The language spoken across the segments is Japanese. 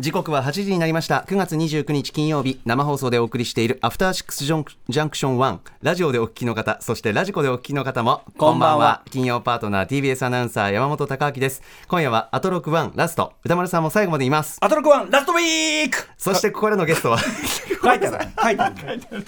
時刻は8時になりました9月29日金曜日生放送でお送りしているアフターシックスジョンジャンクション1ラジオでお聞きの方そしてラジコでお聞きの方もこんばんは金曜パートナー TBS アナウンサー山本貴明です今夜はアトロク1ラスト歌丸さんも最後までいますアトロクワンラストウィークそしてここからのゲストは書いてある書いてある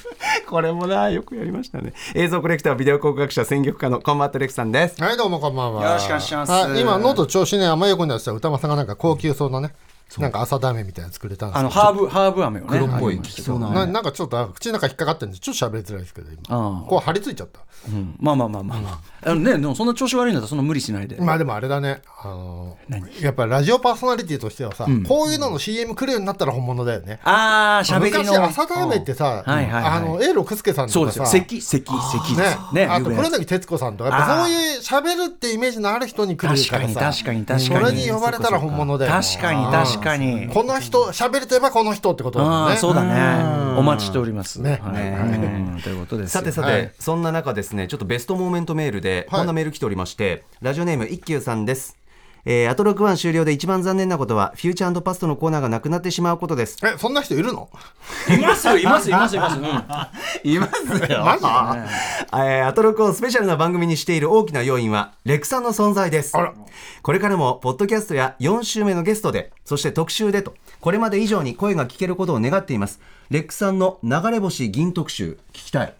これもなよくやりましたね映像コレクタービデオ考古学者選曲家のコンバットレクさんですはい、どうもこんばんは。よろしくお願いしますはい今、ノート調子ね、あんまり良くないですよ。歌間さんがなんか高級そうなね、なんか朝ダメみたいなの作れたんですあけのどハーブハーブ飴をね黒っぽいありましたけどそうなななんかちょっとあ口の中引っかかってるんで、ちょっと喋りづらいですけど、今。ああこう張り付いちゃった。うんまあまあまあまあまああのねでもそんな調子悪いんだったらそんな無理しないでまあでもあれだね、あのやっぱラジオパーソナリティとしてはさ、こういうのの CM 来るようになったら本物だよね。ああしゃべりの昔、朝ダメってさ、はいはいはいあの、永六輔さんそとうでかすよさ、咳咳咳でねすねあと有名黒な柳徹子さんとか、やっぱそういう喋るってイメージのある人に来る確かからにさ、確かに確そかれにに呼ばれたら本物だよね。確かに確かにこの人喋れてばこの人ってことだあよあね。そうだねお待ちしておりますねはいうんということですよさてさて、はいそんな中ですねちょっとベストモーメントメールではいこんなメール来ておりまして、ラジオネーム一休さんですえー、アトロクワン終了で一番残念なことはフューチャーパストのコーナーがなくなってしまうこと ですえそんな人いるの？いますよいますいますいますうんいますよマジで？えーアトロクをスペシャルな番組にしている大きな要因はレクさんの存在ですあらこれからもポッドキャストや4週目のゲストでそして特集でとこれまで以上に声が聞けることを願っていますレクさんの流れ星銀特集聞きたい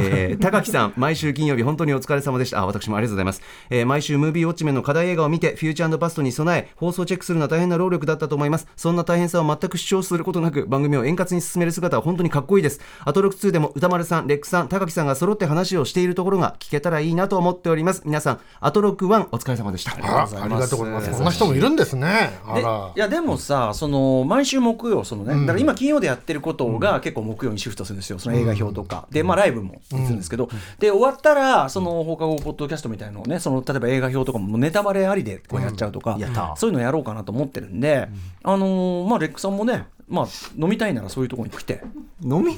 えー高木さん、毎週金曜日、本当にお疲れ様でした。あ、私もありがとうございます。えー毎週、ムービーウォッチメンの課題映画を見て、フューチャーパストに備え、放送チェックするのは大変な労力だったと思います。そんな大変さを全く主張することなく、番組を円滑に進める姿は本当にかっこいいです。アトロック2でも、歌丸さん、レックさん、高木さんが揃って話をしているところが聞けたらいいなと思っております。皆さん、アトロック1、お疲れ様でした。あらありがとうございます。こんな人もいるんですね。あでらい。やでもさその毎週木曜そのね、だから今金曜でやってることが結構木曜にシフトするんですよその映画表とか、でまあライブもするんですけど、で終わったらその放課後ポッドキャストみたいのをねその例えば映画表とかもネタバレありでこうやっちゃうとか、んやったそういうのやろうかなと思ってるんで、あのーまあレックさんもねまあ飲みたいならそういうところに来て飲み飲飲み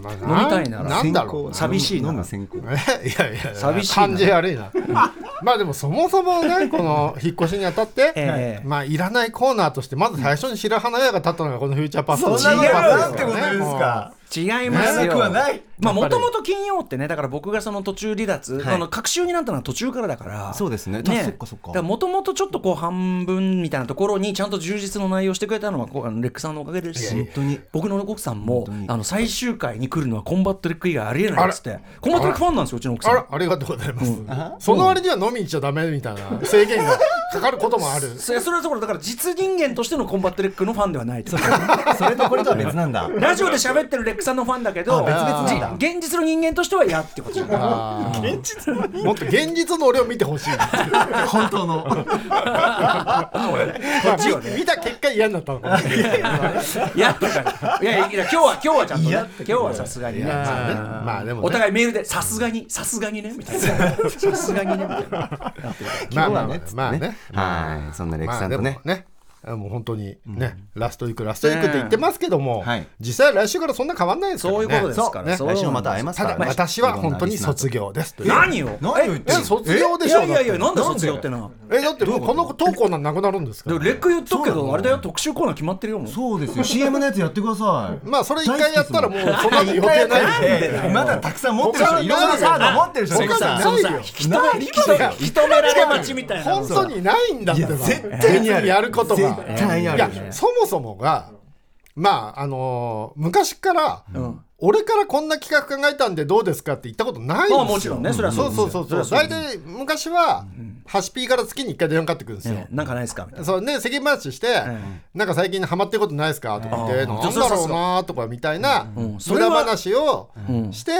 たいならなんだろう先行。寂しいな飲む先行えいやいや寂しいな感じ悪いな まあでもそもそもねこの引っ越しにあたって、ええまあいらないコーナーとしてまず最初に白羽の矢が立ったのがこのフューチャーパスそんなことなんてことですか。違いまなすくよはない。まあもともと金曜ってねだから僕がその途中離脱、あの隔週になったのは途中からだからそうですねあそっかそっかだからもともとちょっとこう半分みたいなところにちゃんと充実の内容してくれたのはこうあのレックさんのおかげですし本当に僕の奥さんも本当にあの最終回に来るのはコンバットレック以外ありえないっつってコンバットレックファンなんですようちの奥さあんらありがとうございます、その割には飲みに行っちゃダメみたいな制限がかかることもあるそれそれはそこだから実人間としてのコンバットレックのファンではないとそれとこれとは別なんだ。ラジオで喋ってるレックさんのファンだけどあ別々なんだじ現実の人間としては嫌ってことじゃないあーもっと現実の俺を見てほしい本当の。こっちをね見た結果嫌になったのかもしれないいやだからいやいや今日は今日はちゃんとね今日はさすがにねまあねまあでもおね互いメールでさすがにさすがにねみたいなさすがにねみたいなまあまあまあまあねはい、そんなレックまさあんでともね。ねもう本当にねラストいくラストいくって言ってますけどもはい実際来週からそんな変わんないですからそういうことでねすから、ねそう来週もまた会えますたかだら。私は本当に卒業。業ですという何を何を言っえてんの卒業でしょいやいやいやだなんだ卒業ってなえだってもうこの投稿なんなくなるんですかでらもレック言っとくけどあれだよ特集コーナー決まってるよもうそうですよ。CM のやつやってください。まあそれ一回やったらもうそんなの予定ないんでまだたくさん持ってる人、他いろんなカード持ってる人他たくさん。ないよ引き止め引き止められ待ちみたいな本当にないんだってば絶対にある別やることが絶対にあるいやそもそもがまああのー昔から、俺からこんな企画考えたんでどうですかって言ったことないんですよまあもちろんねそれはそそうでうすそようそそうそれうはそう大です体昔は、ハシピーから月に1回電話かかってくるんですよ、ねなんかないですかみたいなそうね世間話して、なんか最近ハマってることないですかとか言って、うんなんだろうなとかみたいなうんそ無れ駄は話をして、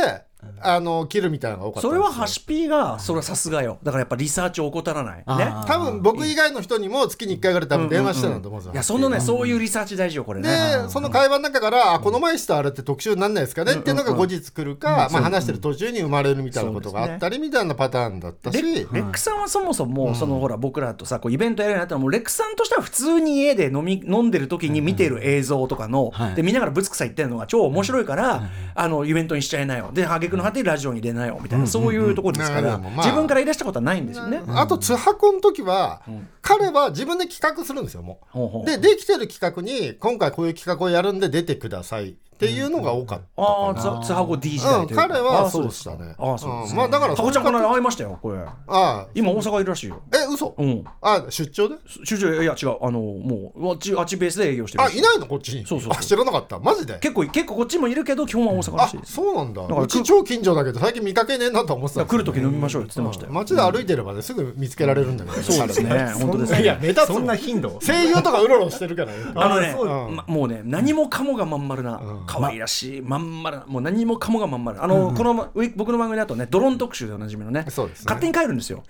あの切るみたいなのが多かったんそですれよはハシピーがそれはさすがよだからやっぱリサーチを怠らないね多分僕以外の人にも月に1回ぐらい多分電話してたんだと思うんですいよや。そのねそういうリサーチ大事よこれねでその会話の中からあこの前したあれって特集になんないですかねっていうのが後日来るか、まあ、話してる途中に生まれるみたいなことがあったりみたいなパターンだったし、レレックさんはそもそもそのほら僕らとさこうイベントやるようになったらもうレックさんとしては普通に家で飲み飲んでる時に見てる映像とかのはいで見ながらぶつくさ言ってるのが超面白いからあのイベントにしちゃいなよで挙句句の果てにラジオに入れなよみたいな、そういうところですから、なるほどまあ自分からいらしたことはないんですよね。あと、津箱の時は、彼は自分で企画するんですよ、もほうほうう。で、できてる企画に、今回こういう企画をやるんで出てくださいっていうのが多かった。ああ、つつはご D 時代うん、というか彼はそうでしたね。ああ、そうですんまあ、だから、かぼちゃんこの間会いましたよ、これ。ああ、今大阪いるらしいよ。え、嘘うん。あ、出張で主張いや違う、あの、もう、あっち、あっちベースで営業してるあ、らしいないのこっちに。そうそうそうあ知らなかった。マジで結構、結構こっちもいるけど、基本は大阪らあしいです。そうなんだからうち超近所だけど最近見かけねえなとは思ってただから来る時飲みまししょうよって言ってましたよ。街で歩いてればねすぐ見つけられるんだけどそうですね、本当ですね。いや目立 つそんな頻度声優とかうろうろしてるからねあのねあそうまもうね、何もかもがまん丸な、可愛らしい、まん丸な、もう何もかもがまん丸。あの、このウィ僕の番組だとね、ドローン特集でおなじみのね、そうですね勝手に帰るんですよ。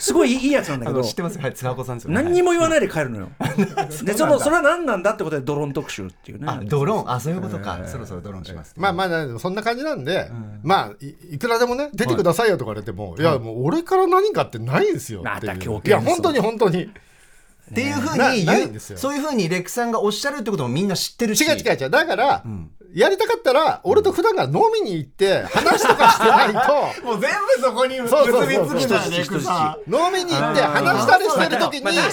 すごいいいやつなんだあけのど知っ、てますはい津箱さんですよね何にも言わないで帰るのよ。で、その、それは何なんだってことで、ドローン特集っていうね。あドローンあそういうことかそろそろドローンしますまあまあでもそんな感じなんで、まあいいくらでもね出てくださいよとか言われても、い、やもう俺から何かってないんですよっていまうた狂い犬や本当に本当に違っていうふうなにな言、いうんですよそういうふうにレックさんがおっしゃるってこともみんな知ってるうし違う違うだから、やりたかったら俺と普段から飲みに行って話とかしてない ともう全部そこに結そうそうそうびつけたレックさん飲みに行って話したりしてる時に、かこ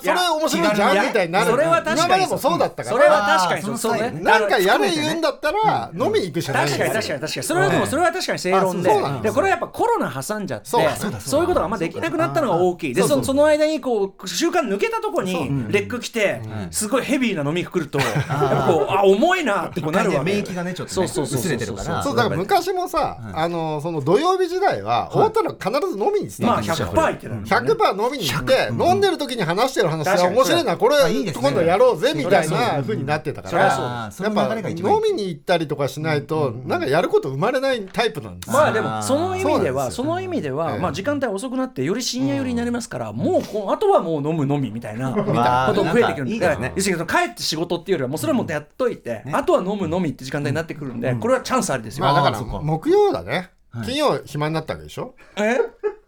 うそれ面白いじゃんみたいになるそれは確かに今までもそうだったからそれは確かにそうあーそそうのね際なんかやれあの言うんだったら飲みに行くしかないん確ですかに確かによ確かにそれはでもそれは確かに正論であそうなんですでこれはやっぱコロナ挟んじゃってそうだそういうことがあんまできなくなったのが大きいでそのその間にこう習慣抜けたとこにレック来てすごいヘビーな飲み来るとやっぱこうあ重いなってこうなるわけ一回ね免疫がねちょっとねそうそうそうそう薄れてるからそうだから昔もさ、あのその土曜日時代は終わったら必ず飲みに行ってまたあんですよ、 100%いってる100%飲みに行って、飲んでる時に話してる話確かがに面白いなこれあいいですね今度やろうぜみたいな風になってたかそりらゃそうやだっその流れぱが飲一番いいみに行ったりとかしないとなんかやること生まれないタイプなんですよまあでもその意味でそうなんはですその意味でえはえまあ時間帯遅くなってより深夜寄りになりますからもうこうあとはもう飲むのみみたいなことあが増えてくるんいでいだでかすらね要するにその帰って仕事っていうよりはもうそれはもうやっといてあとは飲むのみって時間帯になってくるんでこれはチャンスありですよまあだかあーそっらか木曜だね金曜暇になったわけでしょえ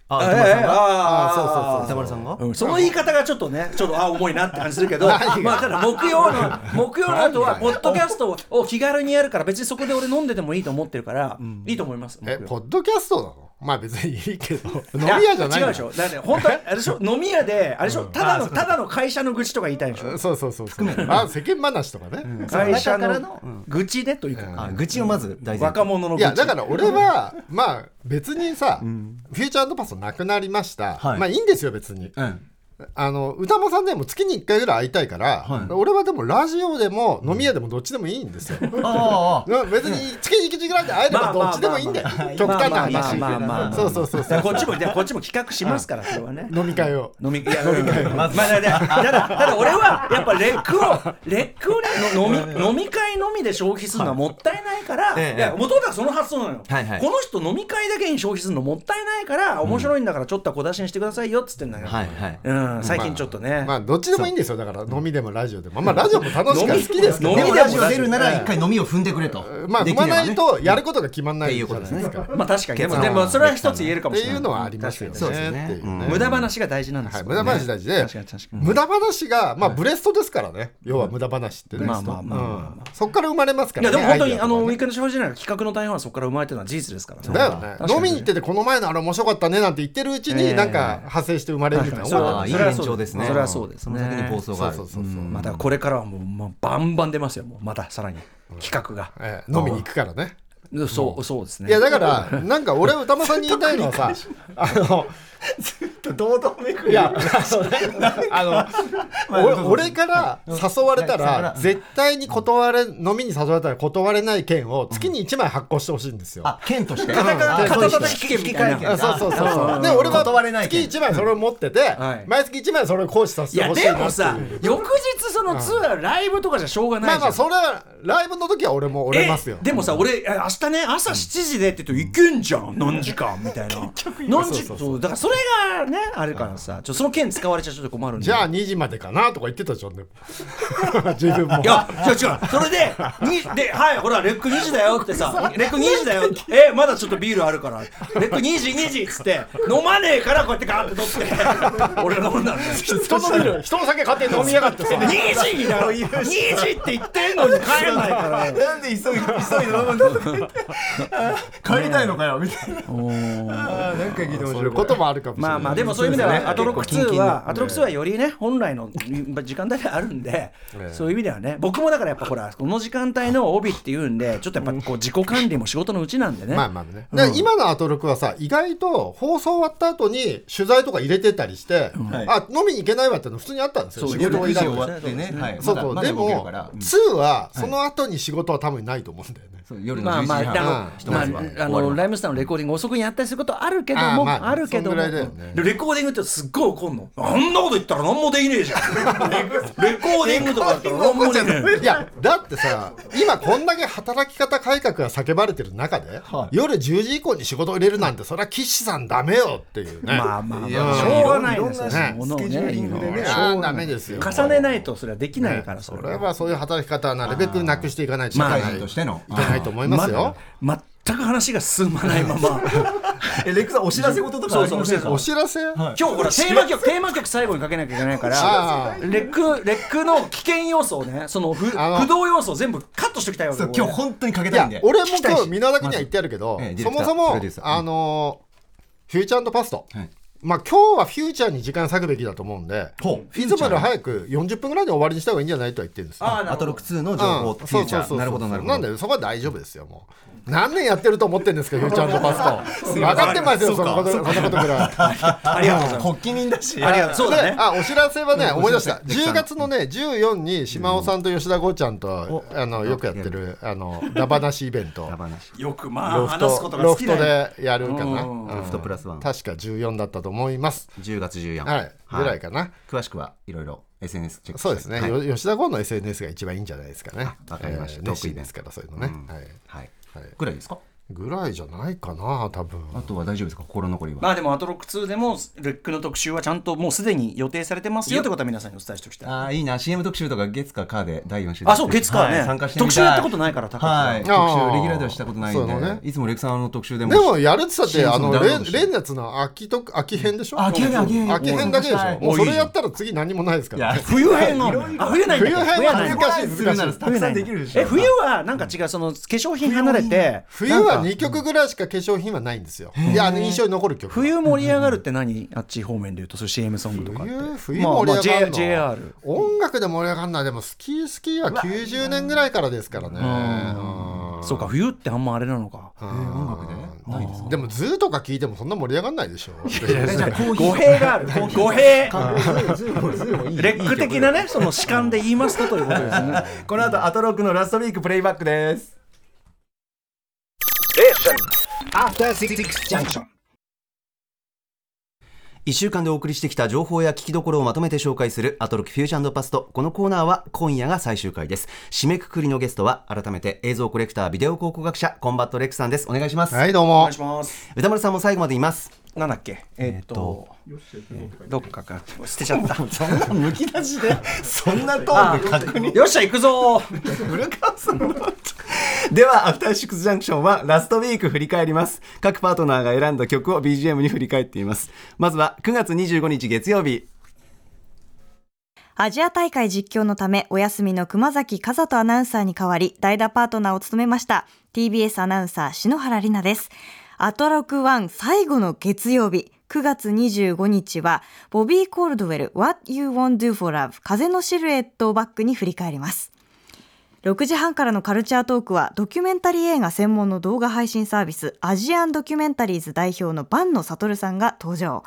あえ歌丸さんえがああーそうそうそう歌丸さんがうんその言い方がちょっとね、ちょっとあ重いなって感じするけ ど、まあただ木曜の木曜の後はポッドキャストを気軽にやるから別にそこで俺飲んでてもいいと思ってるから、いいと思います。え木曜ポッドキャストなのまあ別にいいけど 飲みいや屋じゃない違うのでしょ。だって本 当はあれでしょ。飲み屋であれでしょ。ただのあそうただの会社の愚痴とか言いたいでしょ。そうそうそうそうあ世間話とかね、会社中からののう愚痴でというか。あ愚痴をまず大事若者の愚い痴。やだから俺はまあ別にさ、フューチャーパストなくなりました、はいまあいいんですよ別に、うんあの歌間さんでも月に1回ぐらい会いたいから、俺はでもラジオでも飲み屋でもどっちでもいいんですよ、ああああうん別に月に1回ぐらいで会えればどっちでもいいんだよ、極端な話、まあまあまあまあまあそうそうそうそうこっちもいやこっちも企画しますからそれはね。飲み会を飲みいや飲み会まあまあだだただただ俺はやっぱレックをレックをねの飲み飲み会のみで消費するのはもったいないから、ええいや元々はその発想なのよ、はいはいこの人飲み会だけに消費するのもったいないから面白いんだからちょっとは小出しにしてくださいよっつってんだけど、はいはいうん、最近ちょっとね、まあどっちでもいいんですよだから飲みでもラジオでもまあまあラジオも楽しいから好きですけど飲でみもでラジオ出るなら一回飲みを踏んでくれとまあで踏きればまねないとやることが決まんないっていうじこゃとなでいすでねすかっまあ確かにでも結で論もそれは一つ言えるかもてしれないいうのはありますよねそうですねっていううん無駄話が大事なんですはい、よ、無駄話大事で、確かに確かに無駄話が、まあ、ブレストですからね、要は無駄話ってね、まあまあまあまあまあうんそこから生まれますかいやら、でね、も本当にアあイデアのウとかィねークエンド消費時代の企画の大半はそこから生まれてるのは事実ですからねだよね、飲みに行ってて、この前のあれ面白かったねなんて言ってるうちに、ええなんか派生して生まれるみたいな、それはああいいそれは延そう長ですねそれはそうですねその先に構想がそうあるそうそうそう、まあだからこれからはもう、まあ、バンバン出ますよもうまたさらに企画が、ええ飲みに行くからね。そうそうですねいやだから、なんか俺、歌間さんに言いたいのはさ、あの、堂々めくいや、 あの、あのお俺から誘われたら、絶対に断れ、飲みに誘われたら断れない券を月に1枚発行してほしいんですよ。あ剣としてカタ片叩き券みたいなあそうそうそうそう。で、うん俺は断れない月1枚それを持っててはい、毎月1枚それを行使させいてやほしいでなっていう。もさ翌日そのツアーライブとかじゃしょうがなまいじあゃまんあ、それは、ライブの時は俺も折れますよえ。でもさ俺え明日ね朝7時でって言うと行けんじゃん何時間みたいな何時そうだからそれがねあるからさちょその件使われちゃちょっと困るんでじゃあ2時までかなとか言ってたじゃんね 自分 もいや、違う違う。それで、にで、はい、ほら、レック2時だよってさ、レック2時だよって、え、まだちょっとビールあるから、レック2時、2時っつって、飲まねえから、こうやってガーって取って、俺が飲んだんだよ。人のビール人の酒買って飲みやがってさ2時にだろ、2時って言ってんのに帰らないから。なんで急い急いで飲むんだとか言って帰りたいのかよみたいなあーなんか聞いて面そうい白ういこことれもあるかもしれないまあまあでもそういう意味ではそうですねアトロック結構キンキ2ンのはアトロック2はよりね本来のうん時間帯であるんでそういう意味ではね僕もだからやっぱほらこの時間帯の帯っていうんでちょっとやっぱこう自己管理も仕事のうちなんでねまあまあね。で今のアトロクはさ、意外と放送終わった後に取材とか入れてたりして、はいあ、飲みに行けないわっての普通にあったんですよ。そう仕夜事のを以以上外はは。終わってね、はい、そうまそだう、まだで動けるもから、、うん2はその後に仕事は多分ないと思うんだよね。そう夜のまあ11時ま半、あ、あのひとまずはま終あ、あわりのますライムスターのレコーディング遅くにやったりすることあるけどあーも、まああるけどもそんぐらいだよねでレコーディングってすっごい怒んのあんなこと言ったら何もできねえじゃんレコーディングとかだったら何もできねえ いや、だってさ、今こんだけ働き方改革が叫ばれてる中で、夜10時以降に仕事を入れるなんて、それは岸さんダメよっていう ね。まあまあまあいしやょうがないですよいろんなねものをスケジューリングでねいやしょうがあなーいダメですよ。重ねないとそれはできないから、それはそういう働き方はなるべくなくしていかないといけまあな社い会人としての、いけないと思いますよ。ま全く話が進まないままえレックさんお知らせ事とかそあうりそうまお知せらんせか 今お知らせ、日ほらテーマ曲テーマ曲最後にかけなきゃいけないからあレックレックの危険要素をねその不あの不動要素を全部カットしておきたいわけそう俺今日本当にかけいたいやんで俺も今日箕輪だけには言ってあるけど、まずええディそレクターもそプもロデューサーあのフューチャーパスト、はいまあ今日はフューチャーに時間割くべきだと思うんでほういつもより早く40分ぐらいで終わりにした方がいいんじゃないとは言ってるんですよあーなるほどアトロック2のうん情報、フそュうーチそうャそー、うなるほどなるほんど。でそこは大丈夫ですよもう何年やってると思ってるんです かフューチャーパスト分かってますよそのことそんなことぐらあいりがとうございます発起人だしありがとうそうだねであお知らせはね、思い出したお知らせ10月のね14に島尾さんと吉田剛ちゃんと、あのよくやってるあのダバなしイベント裏話よくまロあフ話すことトがロ好きフだトよでやるかなうんロフトプラスワン確か14だったと思います10月14日、はいぐらいかな詳しくはいろいろ SNS チェックしてそうですね、はいよ吉田剛の SNS が一番いいんじゃないですかねわかりましたえートー熱クイベント心ですからそういうのね、うんはい、はいはいぐらいですかぐらいじゃないかな多分あとは大丈夫ですか心残りは、まあでもアトロック2でもレックの特集はちゃんともうすでに予定されてますよってことは皆さんにお伝えしておきたい。ああーいいな CM 特集とか月か火で第4週あそう月かねはい参加してみたい特集やったことないから高橋さんはい特あー集レギュラーではしたことないんそで、うだねいつもレクさんの特集でもでもやるって言ったっシーてズンあのダウンロー例ドして例のやつの秋と秋編でしょ秋編秋編秋編だけでしょもうそれやったら次何もないですかいらや 冬編のあ冬ないんだ冬編冬はないんだ難しいするなら難しいたくさんできるでしょえ冬はなんか違うその化粧品離れて冬は2曲ぐらいしか化粧品はないんですよいやあの印象に残る曲冬盛り上がるって何あっち方面で言うとそういう CM ソングとかって冬冬まあ盛り上がるの、まあ JR 音楽で盛り上がるのはでもスキースキーは90年ぐらいからですからねうんそうか冬ってあんまあれなのか音楽でないですかでも「ズーとか聞いてもそんな盛り上がら ないでしょじゃあコーヒー語弊がある語弊ズームズームいいレック的なねその主観で言いますとということですねこの後アトロックのラストウィークプレイバックです1週間でお送りしてきた情報や聞きどころをまとめて紹介するアトロックフュージョンパストこのコーナーは今夜が最終回です締めくくりのゲストは改めて映像コレクタービデオ考古学者コンバットレックさんですお願いします、はいどう おも願いします歌丸さんも最後までいますなんだっけえっとどっかか捨てちゃったむき出 しでそんなトーンで確認よっしゃ行くぞ古川さんのでは、アフターシックスジャンクションはラストウィーク振り返ります。各パートナーが選んだ曲を BGM に振り返っています。まずは9月25日月曜日。アジア大会実況のためお休みの熊崎和人アナウンサーに代わり代打パートナーを務めました TBS アナウンサー篠原里奈ですアトロク1最後の月曜日9月25日はボビー・コールドウェル What You Won't Do for Love 風のシルエットをバックに振り返ります6時半からのカルチャートークはドキュメンタリー映画専門の動画配信サービスアジアンドキュメンタリーズ代表の坂野悟さんが登場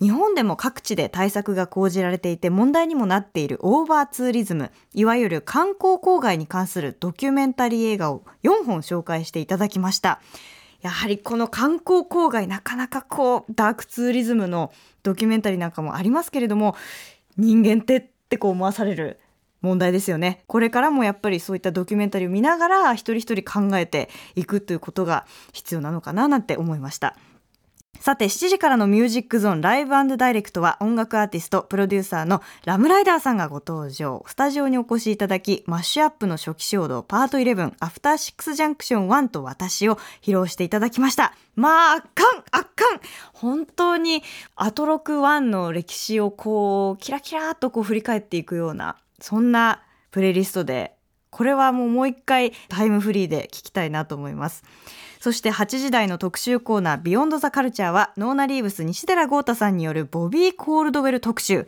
日本でも各地で対策が講じられていて問題にもなっているオーバーツーリズムいわゆる観光郊外に関するドキュメンタリー映画を4本紹介していただきましたやはりこの観光郊外なかなかこうダークツーリズムのドキュメンタリーなんかもありますけれども人間ってってこう思わされる問題ですよねこれからもやっぱりそういったドキュメンタリーを見ながら一人一人考えていくということが必要なのかななんて思いましたさて、7時からのミュージックゾーンライブダイレクトは音楽アーティスト、プロデューサーのラムライダーさんがご登場。スタジオにお越しいただき、マッシュアップの初期衝動パート11、アフターシックスジャンクション1と私を披露していただきました。まあ、圧巻圧巻本当にアトロク1の歴史をこう、キラキラっとこう振り返っていくような、そんなプレイリストで、これはもうもう一回タイムフリーで聞きたいなと思います。そして8時台の特集コーナー「ビヨンド・ザ・カルチャーは」はノーナ・リーブス西寺豪太さんによるボビー・コールドウェル特集。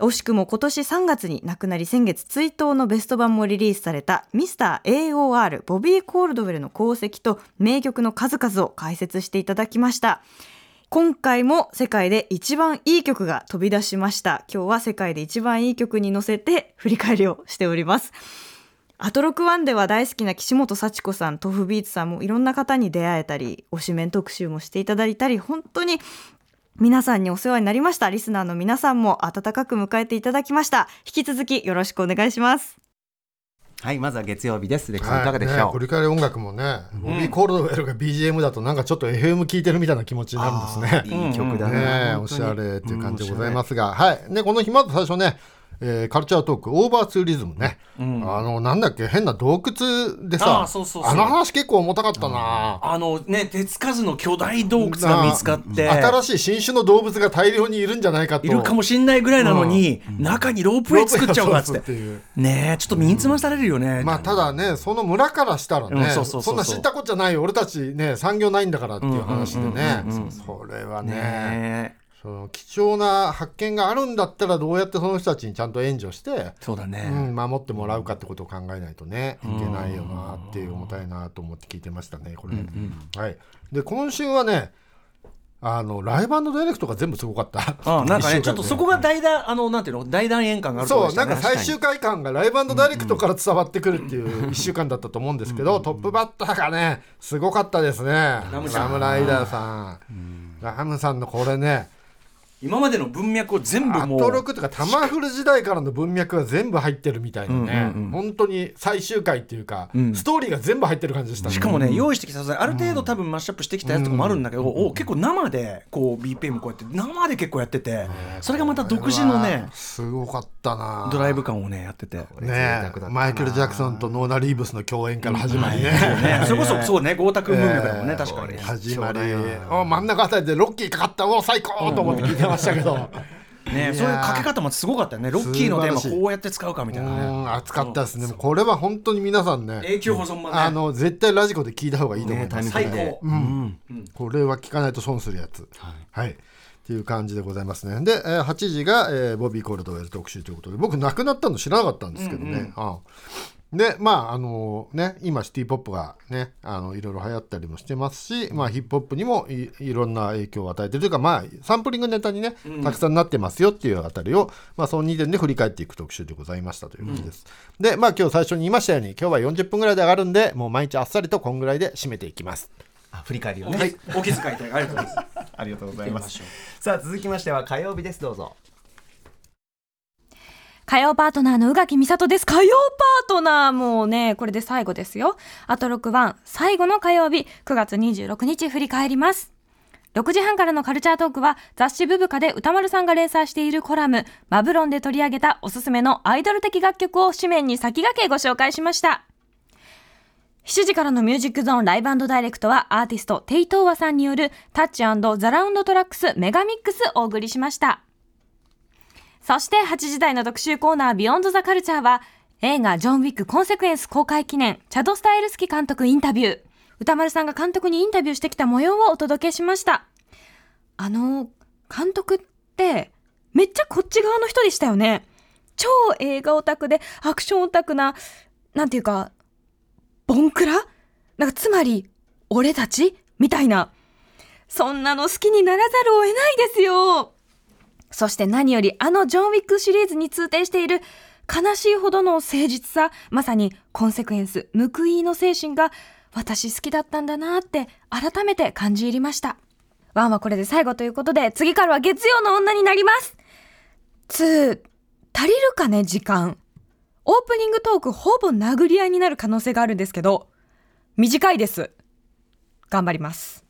惜しくも今年3月に亡くなり先月追悼のベスト版もリリースされたミスター AOR ボビー・コールドウェルの功績と名曲の数々を解説していただきました。今回も世界で一番いい曲が飛び出しました。今日は世界で一番いい曲に乗せて振り返りをしております。アトロクワンでは大好きな岸本幸子さん、トフビーツさんもいろんな方に出会えたり、推しメン特集もしていただいたり、本当に皆さんにお世話になりました。リスナーの皆さんも温かく迎えていただきました。引き続きよろしくお願いします。はい、まずは月曜日です。レクさんいかがでしょう、はいね、振り返り音楽もね、ボビー・コールドウェルが BGM だとなんかちょっと FM 聴いてるみたいな気持ちになるんですね。いい曲だね。おしゃれっていう感じでございますが、はい。ね、この日まず最初ね、えー、カルチャートーク、オーバーツーリズムね、うん、あのなんだっけ、変な洞窟でさ、あそうそうそうあの話、結構重たかったな、あのね、手つかずの巨大洞窟が見つかって、新しい新種の動物が大量にいるんじゃないかと。いるかもしれないぐらいなのに、うん、中にロープウェイ作っちゃうかっつって、うん、ねちょっと身につまされるよね、まあ、ただね、その村からしたらね、そんな知ったことじゃない、俺たちね、産業ないんだからっていう話でね、それはね,ねその貴重な発見があるんだったらどうやってその人たちにちゃんと援助してそうだね、うん、守ってもらうかってことを考えないとねいけないよなっていう重たいなと思って聞いてましたねこれ、うんうん、はい、で今週はねあのライブダイレクトが全部すごかった。あなんかね、ちょっとそこが大団、あの、なんていうの、大団円感がある、ね、そう、なんか最終回感がライブダイレクトから伝わってくるっていう1週間だったと思うんですけど、トップバッターがね、すごかったですね。ラムライダーさん。ラムさんのこれね、今までの文脈を全部もうアトロクとかタマフル時代からの文脈が全部入ってるみたいなね、うん、うん、本当に最終回っていうか、うん、ストーリーが全部入ってる感じでした、ね、しかもね用意してきたある程度多分マッシュアップしてきたやつとかもあるんだけど、うん、お結構生でこう BPM こうやって生で結構やってて、それがまた独自のねすごかったなドライブ感をねやっててねマイケル・ジャクソンとノーナ・リーブスの共演から始まりね,、それこそそうね豪太君文脈だもんね、確かに始まりお真ん中あたりでロッキーかかったお最高と思って聞いてまし たけど。ね、そういうかけ方もすごかったよね、ロッキーのテーマ、こうやって使うかみたいなね。熱かったですね、これは本当に皆さんね、永久保存版、ね、あの絶対ラジコで聞いた方がいいと思います、最高、うんこれは聞かないと損するやつ。はい、はいっていう感じでございますね。で、えー、8時が、えー、ボビー・コールドウェル特集ということで、僕、亡くなったの知らなかったんですけどね。うん、うん、で、まあ、あのね、今、シティ・ポップがね、あの、いろいろ流行ったりもしてますし、まあ、ヒップホップにもいろんな影響を与えてるというか、まあ、サンプリングネタにね、たくさんなってますよっていうあたりを、まあ、その2点で振り返っていく特集でございましたということです。うん、で、まあ、今日最初に言いましたように、今日は40分ぐらいで上がるんで、もう毎日あっさりとこんぐらいで締めていきます。あ振り返りをね、はい、お気遣いいただありがとうございますありがとうございますさあ続きましては火曜日ですどうぞ火曜パートナーの宇垣美里です。火曜パートナーもうね、これで最後ですよ。あと6番、最後の火曜日、9月26日振り返ります。6時半からのカルチャートークは雑誌ブブカで歌丸さんが連載しているコラム、マブロンで取り上げたおすすめのアイドル的楽曲を紙面に先駆けご紹介しました。7時からのミュージックゾーンライブダイレクトはアーティストテイトーワさんによるタッチザラウンドトラックスメガミックスお送りしました。そして8時台の特集コーナービヨンドザカルチャーは映画ジョン・ウィックコンセクエンス公開記念チャド・スタイルスキ監督インタビュー。歌丸さんが監督にインタビューしてきた模様をお届けしました。あの、監督ってめっちゃこっち側の人でしたよね。超映画オタクでアクションオタクな、なんていうか、ボンクラなんかつまり、俺たちみたいな。そんなの好きにならざるを得ないですよ。そして何よりあのジョン・ウィックシリーズに通底している悲しいほどの誠実さ、まさにコンセクエンス、報いの精神が私好きだったんだなって改めて感じ入りました。ワンはこれで最後ということで、次からは月曜の女になります。ツー、足りるかね、時間。オープニングトークほぼ殴り合いになる可能性があるんですけど、短いです。頑張ります。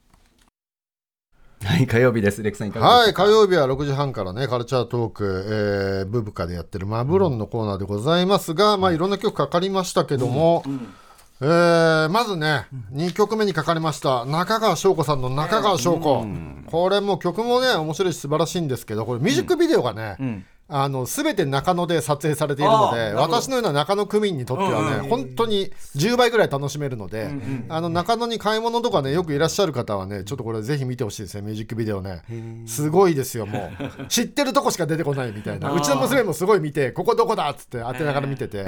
はい、火曜日です。レックさんいかがはでい、すか。火曜日は6時半からね、カルチャートーク、えーブブカでやってるマブロンのコーナーでございますが、まあいろんな曲かかりましたけども、えーまずね、2曲目にかかりました、中川翔子さんの中川翔子。これもう曲もね、面白いし素晴らしいんですけど、これミュージックビデオがね、あの全て中野で撮影されているのあーなでるほど私のような中野区民にとってはね、本当に10倍ぐらい楽しめるので、あの中野に買い物とかねよくいらっしゃる方はねちょっとこれぜひ見てほしいですねミュージックビデオねすごいですよも う知ってるとこしか出てこないみたいなうちの娘もすごい見てここどこだっつって当てながら見てて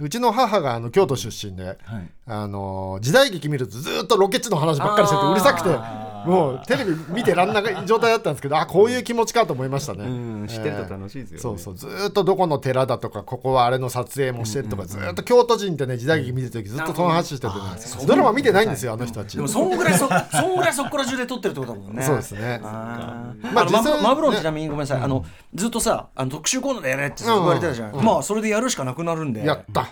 うちの母があの京都出身で、あの時代劇見るとずっとロケ地の話ばっかりしててうるさくてもうテレビ見てらんない状態だったんですけどあこういう気持ちかと思いましたね。うん、知ってると楽しいですよ、ねそうそうずーっとどこの寺だとかここはあれの撮影もしてるとか、ずーっと京都人ってね時代劇見てる時ずっとその話してて、ね、ドラマ見てないんですよあの人たちでもそんぐらいそそんぐらいそこら中で撮ってるってことだもんね。そうですねあーまあのマあ実際ブマブロンねちなみにごめんなさい、あのずっとさあの特集コーナーでやれってさうんうん言われてたじゃない、んまあそれでやるしかなくなるんでやった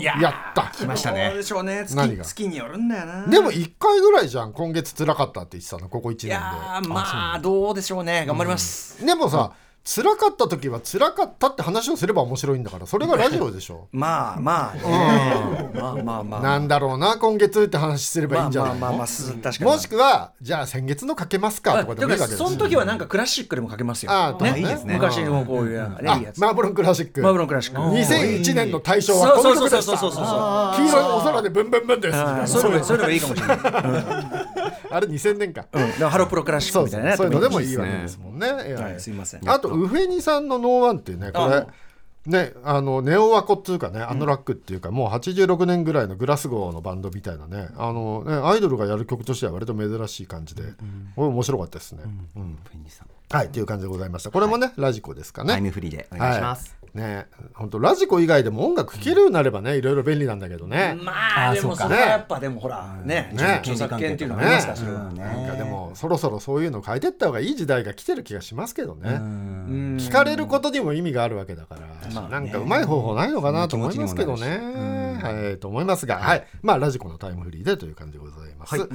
いややった来ましたねそうでしょうね何月が月によるんだよなでも1回ぐらいじゃん今月辛かったって言ってたのここ1い年でやーまあどうでしょうね頑張ります、でもさ辛かった時は辛かったって話をすれば面白いんだからそれがラジオで しょまあまあね、まあまあまあなんだろうな今月って話すればいいんじゃまなあいまあまあのす確かにもしくはじゃあ先月のかけますかあとかでだかもいいわらけですよその時はなんかクラシックでもかけますよ。あーいいですね昔のこういうなんかねいいやつ。あマーブロンクラシックマブロンクラシック。 2001年の大賞そはうこそのうそ曲うそでうしそうたそうそう。黄色いお空でブンブンブンですみたいあなーそういうのそういうのがいいかもしれ ない。あれ2000年かうん、だからハロプロクラシッそクうみそたういなねそういうのでもやいっいぱわりけですもんねええはいすいませんあとウフェニさんの「ノーワンっていうねこあれねあのネオワコっていうかねあのラックっていうかもう86年ぐらいのグラスゴーのバンドみたいなねあのねアイドルがやる曲としては割と珍しい感じでこれ面白かったですねうんフェニーさんはいっていう感じでございましたこれもねラジコですかタイねムフリーでお願いします。はい、ね本当ラジコ以外でも音楽聴けるようになればねいろいろ便利なんだけどね、まあでもそれはやっぱでもほらねね著作権っていうのがありますからそれは。なんかでもそろそろそういうの変えてった方がいい時代が来てる気がしますけどね聞かれることにも意味があるわけだから、なんかうまい方法ないのかなと思いますけどね、はいと思いますが、はいまあラジコのタイムフリーでという感じでございますはい、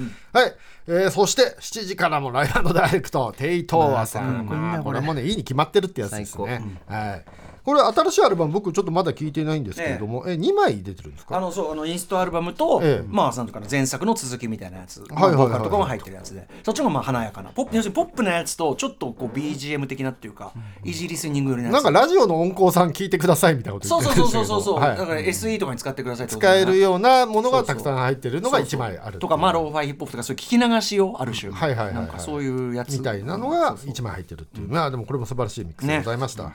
えーそして7時からもライブダイレクトテイトーワさん、まあこれもねいいに決まってるってやつですね、はいこれ新しいアルバム僕ちょっとまだ聞いてないんですけれども、え2枚出てるんですかあのそうあのインストアルバムと、ええまあさんとかの前作の続きみたいなやつ、はいはいはいボーカルとかも入ってるやつでそっちもまあ華やかなポップ要するにポップなやつとちょっとこう BGM 的なっていうか、イージーリスニング寄りのやつなんかラジオの音効さん聞いてくださいみたいなこと言そうってそうるんそうですけそうそうそう、どはいだから SE とかに使ってくださいってこと使だえよなるようなものがたくさん入ってるのが1枚あるとかまあローファイヒップホップとかそういう聞き流しをある種、はいはいはいはいなんかそういうやつみたいなのが1枚入ってるっていう、まあでもこれも素晴らしいミックスでございました、はい、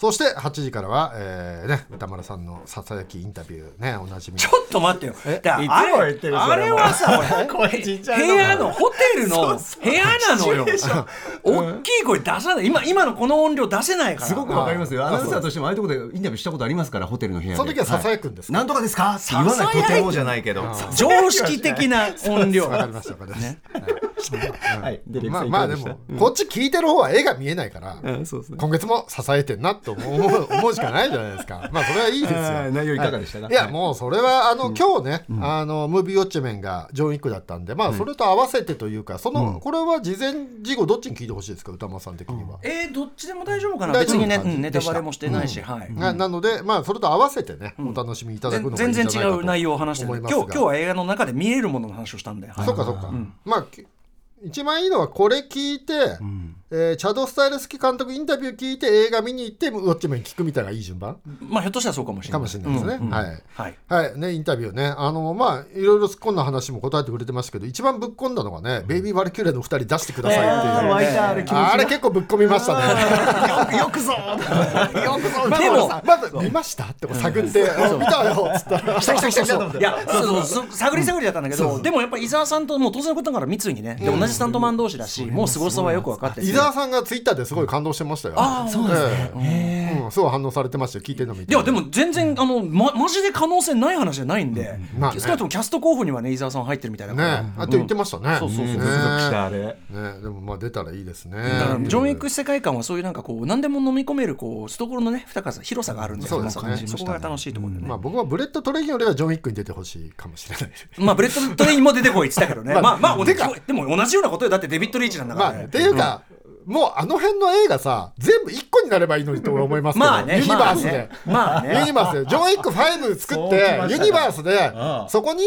そして8時からは、えーね、歌丸さんのささやきインタビューねおなじみちょっと待ってよ。だからあいつもれ言ってるそれもあれは さ、これ部屋のホテルの部屋なのよ。大きい声出さない。今今のこの音量出せないから。すごくわかりますよ。アナウンサーとしてもああいうところでインタビューしたことありますから、ホテルの部屋で。その時はささやくんですか、なんとかですかって言わないとてもじゃないけど。常識的 な音量。わかりましたわかりました、はい。ディレクまさあんまあいでかがしも、こっち聞いてる方は絵が見えないから、たそうですね。今月も支えてんなと思う 思うしかないじゃないですか。まあそれはいいですよ。はい内容いかがでしたかはいいやもうそれはあの、今日ね、あのムービーウォッチメンがジョン・イックだったんで、まあそれと合わせてというか、その、これは事前事後どっちに聞いてほしいですか歌間さん的には。えーどっちでも大丈夫かな。大別丈夫にねな感じうんネタバレもしてないし、はい。ななので、まあ、それと合わせてね、お楽しみいただくのがいい全んじゃ然ないか違とう内容を話してる。思い今ま日すが今日は映画の中で見えるものの話をしたんで。はいそっかそっか、まあき一番いいのはこれ聞いて、えーチャド・スタイルスキ監督インタビュー聞いて映画見に行ってウォッチメン聞くみたいなのがいい順番まあひょっとしたらそうかもしれなかい。もしれないですね、うんうんはい、はい。はいね、インタビューねあのまあいろいろ突っ込んだ話も答えてくれてましたけど一番ぶっ込んだのがね、ベイビー・バルキューレの2人出してくださいっていう、湧いたある気持ちあれ結構ぶっ込みましたねよくぞよく ぞでもまず見ましたってこう探ってあ見たよっつったら来た来た来た来たいやそうそうそう探り探りだったんだけどでもやっぱ伊沢さんともう当然のことながら三井にねで同じスタントマン同士だしもう凄さはよく分かってて伊沢さんがツイッターですごい感動してましたよ。あーそうなんですええうんすごい反応されてましたよ。聞いてるの見て。いやでも全然、あのまマジで可能性ない話じゃないんで、まあね少なくともキャスト候補にはね伊沢さん入ってるみたいだねから、あと言ってましたね。そうそうそうねゾクたあれねでもまあ出たらいいですね。だからジョン・ウィック世界観はそういうなんかこう何でも飲み込めるこう懐のね深さ広さがあるんでそうですねまあそこが楽しいところでね、まあ僕はブレッドトレインよりはジョン・ウィックに出てほしいかもしれない。まあブレッド・トレインも出てこいって言ってたけどねまあまあおでかでも同じようなことよだってデビッド・リーチなんだかまら、あねっていうか、もうあの辺の映画さ全部一個になればいいのにと俺思いますけど。まあねユニバースで。まあねまあねユニバースでジョン・ウィック5作ってユニバースでそこに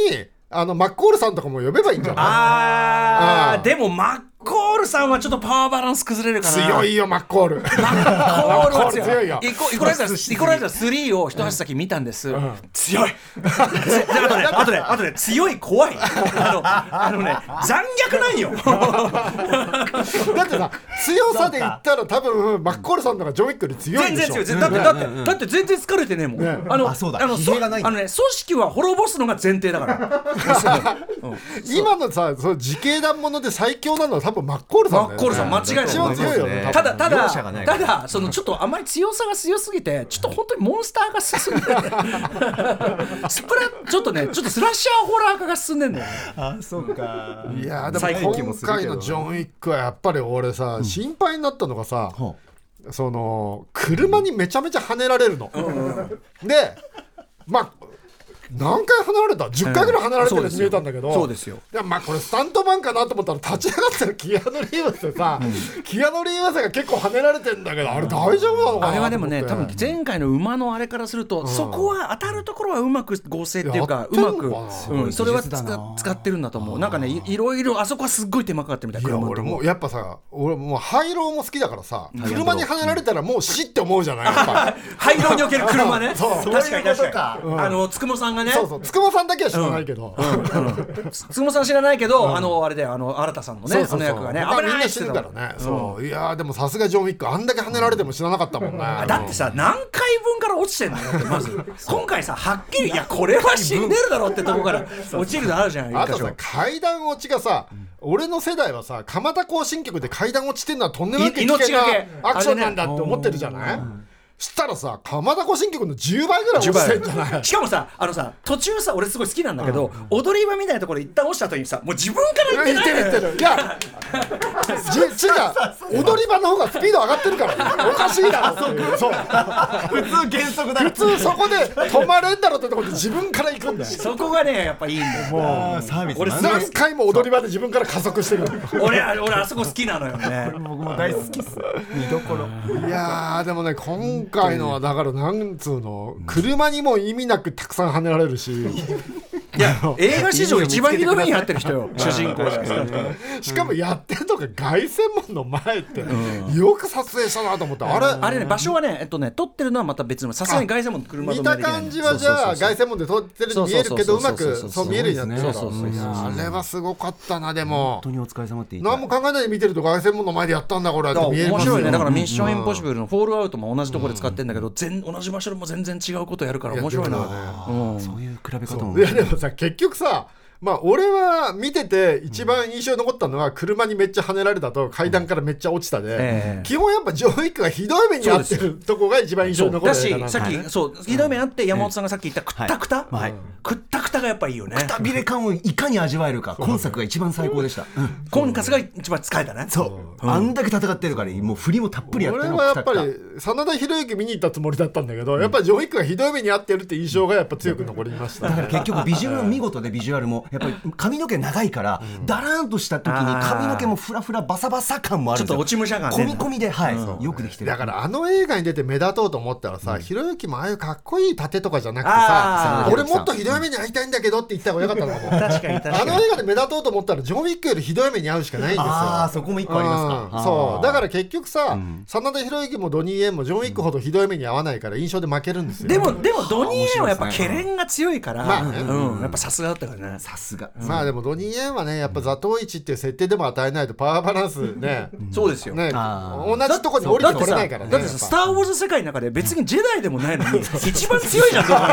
あのマッコールさんとかも呼べばいいんじゃないああーーでもマッコールさんはちょっとパワーバランス崩れるから強いよマッコーマル。ッコールは強い強いよイコイコライザーイコライザー3を一足先見たんです、強いあとねあと ねあとね強い怖いあのあのね残虐なんよ だってさ強さで言ったら多分マッコールさんの方がジョン・ウィックより強い全でし然ょ強いだってだってだって全然疲れてねえもん、あのあそうだあのひげがないんだあのね組織は滅ぼすのが前提だから 今のさその時系団もので最強なのは多分マッコールさマんッコールさん間違いない一番強いよねうん多た分だただ容赦がないただそのちょっとあまり強さが強すぎてちょっと本当にモンスターが進んで てスプラちょっとねちょっとスラッシャーホラー化が進んでんだよねあそうかいや最ーで近も気も今するけ回どのジョン・ウィックはやっぱり俺さ、心配になったのがさ、その車にめちゃめちゃ跳ねられるの。でまあ何回跳ねられた ?10 回ぐらい跳ねられてるように見えたんだけど、そうですよいやまあこれスタントマンかなと思ったら立ち上がったらキアヌ・リーブスでさ、キアヌ・リーブスが結構跳ねられてんだけどあれ大丈夫なのかなあれはでもねと多思っ分て前回の馬のあれからすると、そこは当たるところはうまく合成っていうやかっうてんまのかくな、うん、それはすごい技使術だな使ってるんだと思うなんかねいいろいろあそこはすっごい手間かかってるみたいいや車の俺とこもうやっぱさ俺もう廃炉も好きだからさ車に跳ねられたらもう死って思うじゃないやっぱ廃炉における車ね そう確かに確かにうんあのつくもさんがねそうそうつくもさんだけは知らないけど、つつくもさん知らないけど、あのあれだよあの新田さんのねそうそそうそうの役がね他危みんないなっ死てぬ言かってたらもんね、そういやーでもさすがジョン・ウィックあんだけ跳ねられても知らなかったもんねだってさ何回分から落ちてんのよだってま ず今回さはっきり「いやこれは死んでるだろ」ってとこから落ちるのあるじゃないあ一と箇所さ階段落ちがさ、俺の世代はさ蒲田行進局で階段落ちてんのはとんでもなく危険な命がけアクションなんだって思ってるじゃない、したらさ蒲田行進局の10倍ぐらい落ちてんじゃないしかもさあのさ途中さ俺すごい好きなんだけど、踊り場みたいなところで一旦落ちた後にさもう自分から言言っっててるない言ってるいやじ違う踊り場の方がスピード上がってるからおかしいだろそう普通原則だ普通そこで止まれんだろってところで自分から行くんだよそこがねやっぱいいんだよあーサービス俺なんだ何回も踊り場で自分から加速してるい俺あ俺あそこ好きなのよ ね僕も大好きっす見どころやーでもね今回のはだからなんつうの車にも意味なくたくさん跳ねられるしいや映画史上一番ひどい目に遭ってる人よ主人公がしかもやってるのが凱旋門の前ってよく撮影したなと思ってあれあれね場所はねえっとね撮ってるのはまた別のさすがに凱旋門の車止見めはたできない感じはじゃあ凱旋門で撮ってるように見えるけどそううそまうそうそうくそう見えるようになってるかそうそうそうらいやーあれはすごかったなでも本当にお疲れ様って言いたい何も考えないで見てると凱旋門の前でやったんだこれっだてから見える面白いねだから見ミッションインポッシブルのフォールアウトも同じところで使ってんだけど全同じ場所でも全然違うことやるから面白いやってるよねなうんそういう比べ方もいやでもさ結局さまあ俺は見てて一番印象に残ったのは車にめっちゃ跳ねられたと階段からめっちゃ落ちたえでえ基本やっぱジョン・ウィックがひどい目に遭ってるとこが一番印象に残るだし映画なん、さっき、そう、ひどい目にあって、山本さんがさっき言った、くったくた。はいくったくたがやっぱいいよね。くたびれ感をいかに味わえるか今作が一番最高でしたうんコンカスが一番疲れたね。そうあんだけ戦ってるからもう振りもたっぷりやって俺るのはやっぱりくたく真田広之見に行ったつもりだったんだけど、やっぱりジョン・ウィックがひどい目に遭ってるって印象がやっぱ強く残りましたただからね。結局ビジュアル見事でビジュアルもやっぱり髪の毛長いからだらーんとした時に髪の毛もフラフラバサバサ感もあるんですよちょっと落ち武者感ね込み込みではいよくできてるだからあの映画に出て目立とうと思ったらさ、ひろゆきもああいうかっこいい盾とかじゃなくてあさー、俺もっとひどい目に遭いたいんだけどって言った方がよかったのかも。確かに確かあの映画で目立とうと思ったらジョン・ウィックよりひどい目に遭うしかないんですよ。ああそこも一個ありますうかんそうだからら結局さ、真田広之もドニー・イエンもジョン・ウィックほどひどい目に遭わないから印象で負けるんですよ。でも、でも、ドニーエンはやっぱ、面ケ白いですねレンが強いから、まあねうん、やっぱさすがだったからね。さすがまあでもドニー・イエンはねやっぱ座頭市っていう設定でも与えないとパワーバランスねそうですよ。ねあ同じとこに降りてこれないからねだってさ、スター・ウォーズ世界の中で別にジェダイでもないのに、一番強いじゃん、どう考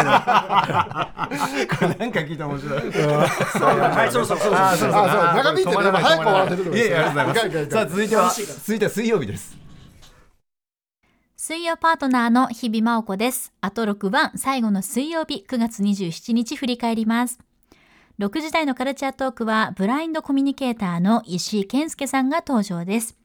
えてもなんか聞いた面白い。はい、そうそうそうそうそう。あそう長引いてる止ねまらない早く終わらせてくださいいやいやありがとうございいかんいかんます。いかんさあ続いては続いては水曜日です。水曜パートナーの日々真央子です。あと6番、最後の水曜日、9月27日振り返ります。6時台のカルチャートークは、ブラインドコミュニケーターの石井健介さんが登場です。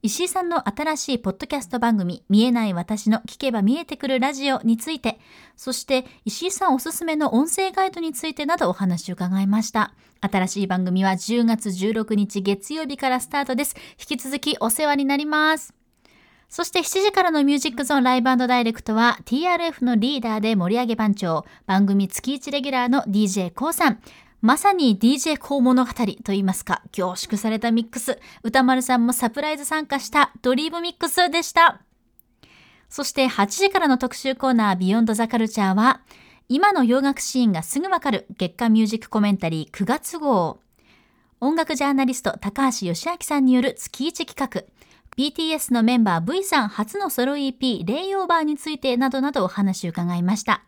石井さんの新しいポッドキャスト番組、見えない私の聞けば見えてくるラジオについて、そして石井さんおすすめの音声ガイドについてなどお話を伺いました。新しい番組は10月16日月曜日からスタートです。引き続きお世話になります。そして7時からのミュージックゾーンライブダイレクトは TRF のリーダーで盛り上げ番長、番組月1レギュラーの DJ コウさん。まさに DJ コウ物語といいますか、凝縮されたミックス、歌丸さんもサプライズ参加したドリームミックスでした。そして8時からの特集コーナービヨンドザカルチャーは、今の洋楽シーンがすぐわかる月間ミュージックコメンタリー9月号。音楽ジャーナリスト高橋義明さんによる月1企画 BTS のメンバー V さん初のソロ EP「レイオーバー」についてなどなどお話を伺いました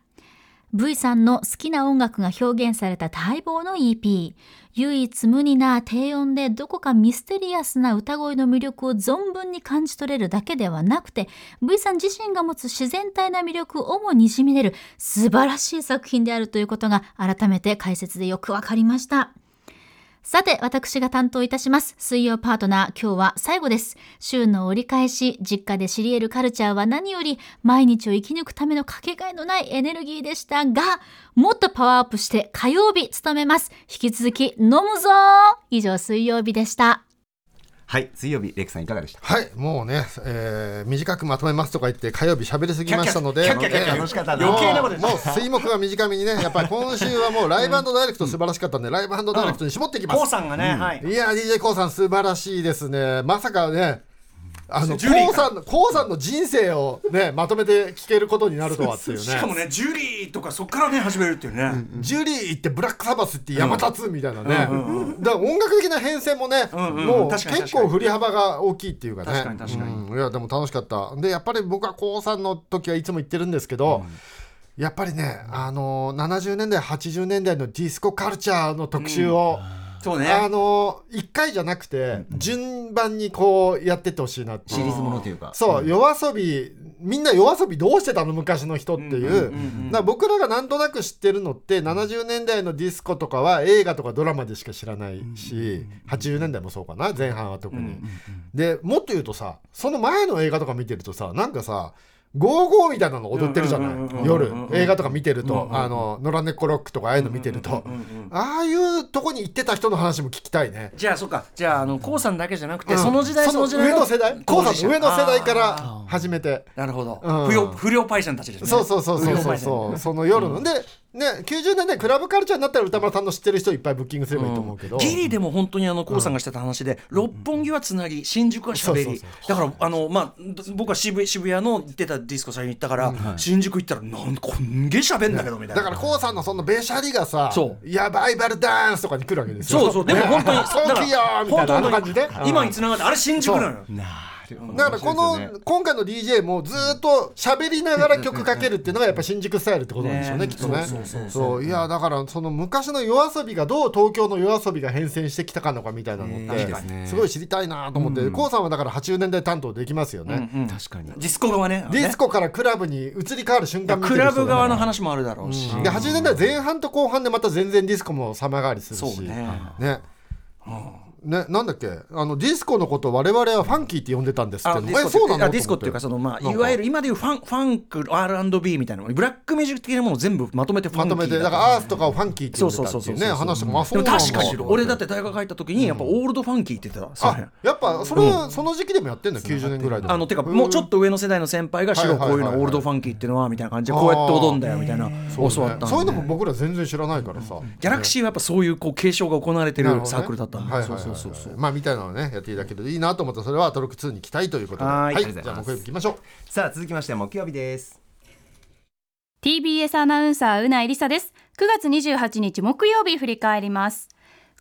V さんの好きな音楽が表現された待望の EP 唯一無二な低音でどこかミステリアスな歌声の魅力を存分に感じ取れるだけではなくて V さん自身が持つ自然体な魅力をもにじみ出る素晴らしい作品であるということが改めて解説でよくわかりましたさて、私が担当いたします。水曜パートナー、今日は最後です。週の折り返し、実家で知り得るカルチャーは何より、毎日を生き抜くためのかけがえのないエネルギーでしたが、もっとパワーアップして火曜日務めます。引き続き、飲むぞ以上、水曜日でした。はい水曜日レクさんいかがでしたはい、もうね、えー短くまとめますとか言って火曜日喋りすぎましたので、キャッキャキャッキャえー楽しかったなもう余計なことですもう水木は短めにね、やっぱり今週はもうライブダイレクト素晴らしかったんで、ライブダイレクトに絞っていきます。コウさんがね、はい。いや、DJ コウさん素晴らしいですね。まさかね、あのジュリーコウさんのコウさんの人生をねまとめて聞けることになるとはっていうね。しかもね、ジュリーとかそっからね、始めるっていうね。ジュリー行ってブラックサバスって山立つみたいなね、だから音楽的な変遷もね、んうんもう確かに結構振り幅が大きいっていうかね確かに確かにうんいやでも楽しかったでやっぱり僕は高3の時はいつも言ってるんですけど、やっぱりね、あのー70年代80年代のディスコカルチャーの特集を、そうあね。のー、1回じゃなくて順番にこうやってってほしいなってシリーズものというかそう、夜遊びみんな夜遊びどうしてたの昔の人っていう,、だから僕らがなんとなく知ってるのって70年代のディスコとかは映画とかドラマでしか知らないし、80年代もそうかな前半は特に。でもっと言うとさその前の映画とか見てるとさなんかさ55みたいなの踊ってるじゃうんうんうんうんうなんい夜映画とか見てるとあの野良猫ロックとかああいうの見てるとああいうとこに行ってた人の話も聞きたいね。じゃあ、そっか。じゃあ、あの、コウさんだけじゃなくて、うんその時代、その時代上の世代当高事者さんの上の世代かあーら始めてなるほどうん。不良、不良パイセンたちですね。そうそうそうそう不良そパうイセンそうその夜の、でね90年代クラブカルチャーになったら歌丸さんの知ってる人いっぱいブッキングすればいいと思うけど、ギリでも本当にあのコウさんがしてた話で、六本木はつなぎ新宿はしゃべそうりそうだからあの、まあ、ど僕は渋い渋谷の行ってたディスコ最に行ったから、新宿行ったらなんこんげえしゃべんだけどみたいだな。からこうさんのそのべしゃりがさそやばいバルダンスとかに来るわけですよそうそうでも本当に そうきよーみたいなあの感じで今に繋がってあれ新宿なのよ。だからこの、今回の DJ もずーっと喋りながら曲かけるっていうのがやっぱ新宿スタイルってことなんでしょうねねきっとねそうそうそうそうそういやだからその昔の夜遊びがどう東京の夜遊びが変遷してきたかのかみたいなのって、すごい知りたいなと思って、こうさんはだから80年代担当できますよね、確かにディスコ側ね。あのねディスコからクラブに移り変わる瞬間見てクるラ人だブ側の話もあるだろうし。で80年代前半と後半でまた全然ディスコも様変わりするしそうねねねなんだっけあのディスコのことを我々はファンキーって呼んでたんですあっのてディスコってえそうなのあディスコっていうかそのまあいわゆる今でいうファンファンク R&B みたいなブラックミュージック的なものを全部まとめてファまンキとーめてだだからアースとかをファンキーって呼んでそたうってそそうそういううねそう話とかもあでそうもなんだ確かに俺だって大学入った時にやっぱオールドファンキーって言ってた。その辺あやっぱそれはその時期でもやってんだ90年ぐらいであのてかもうちょっと上の世代の先輩が「はいは白いはこいうはいいうのはオールドファンキーっていうのは」みたいな感じでこうやって踊んだよみたいな教わったんでそういうのも僕ら全然知らないからさギャラクシーはやっぱそういうこう継承が行われてるなるほどねサークルだったんはでいはいそはういはいそうそうそうまあみたいなのねやっていただけるといいなと思ったらそれはトロック2に期待ということでははいいありがとうございますじゃあ木曜日行きましょうさあ続きましては木曜日です TBS アナウンサーうないりさです9月28日木曜日振り返ります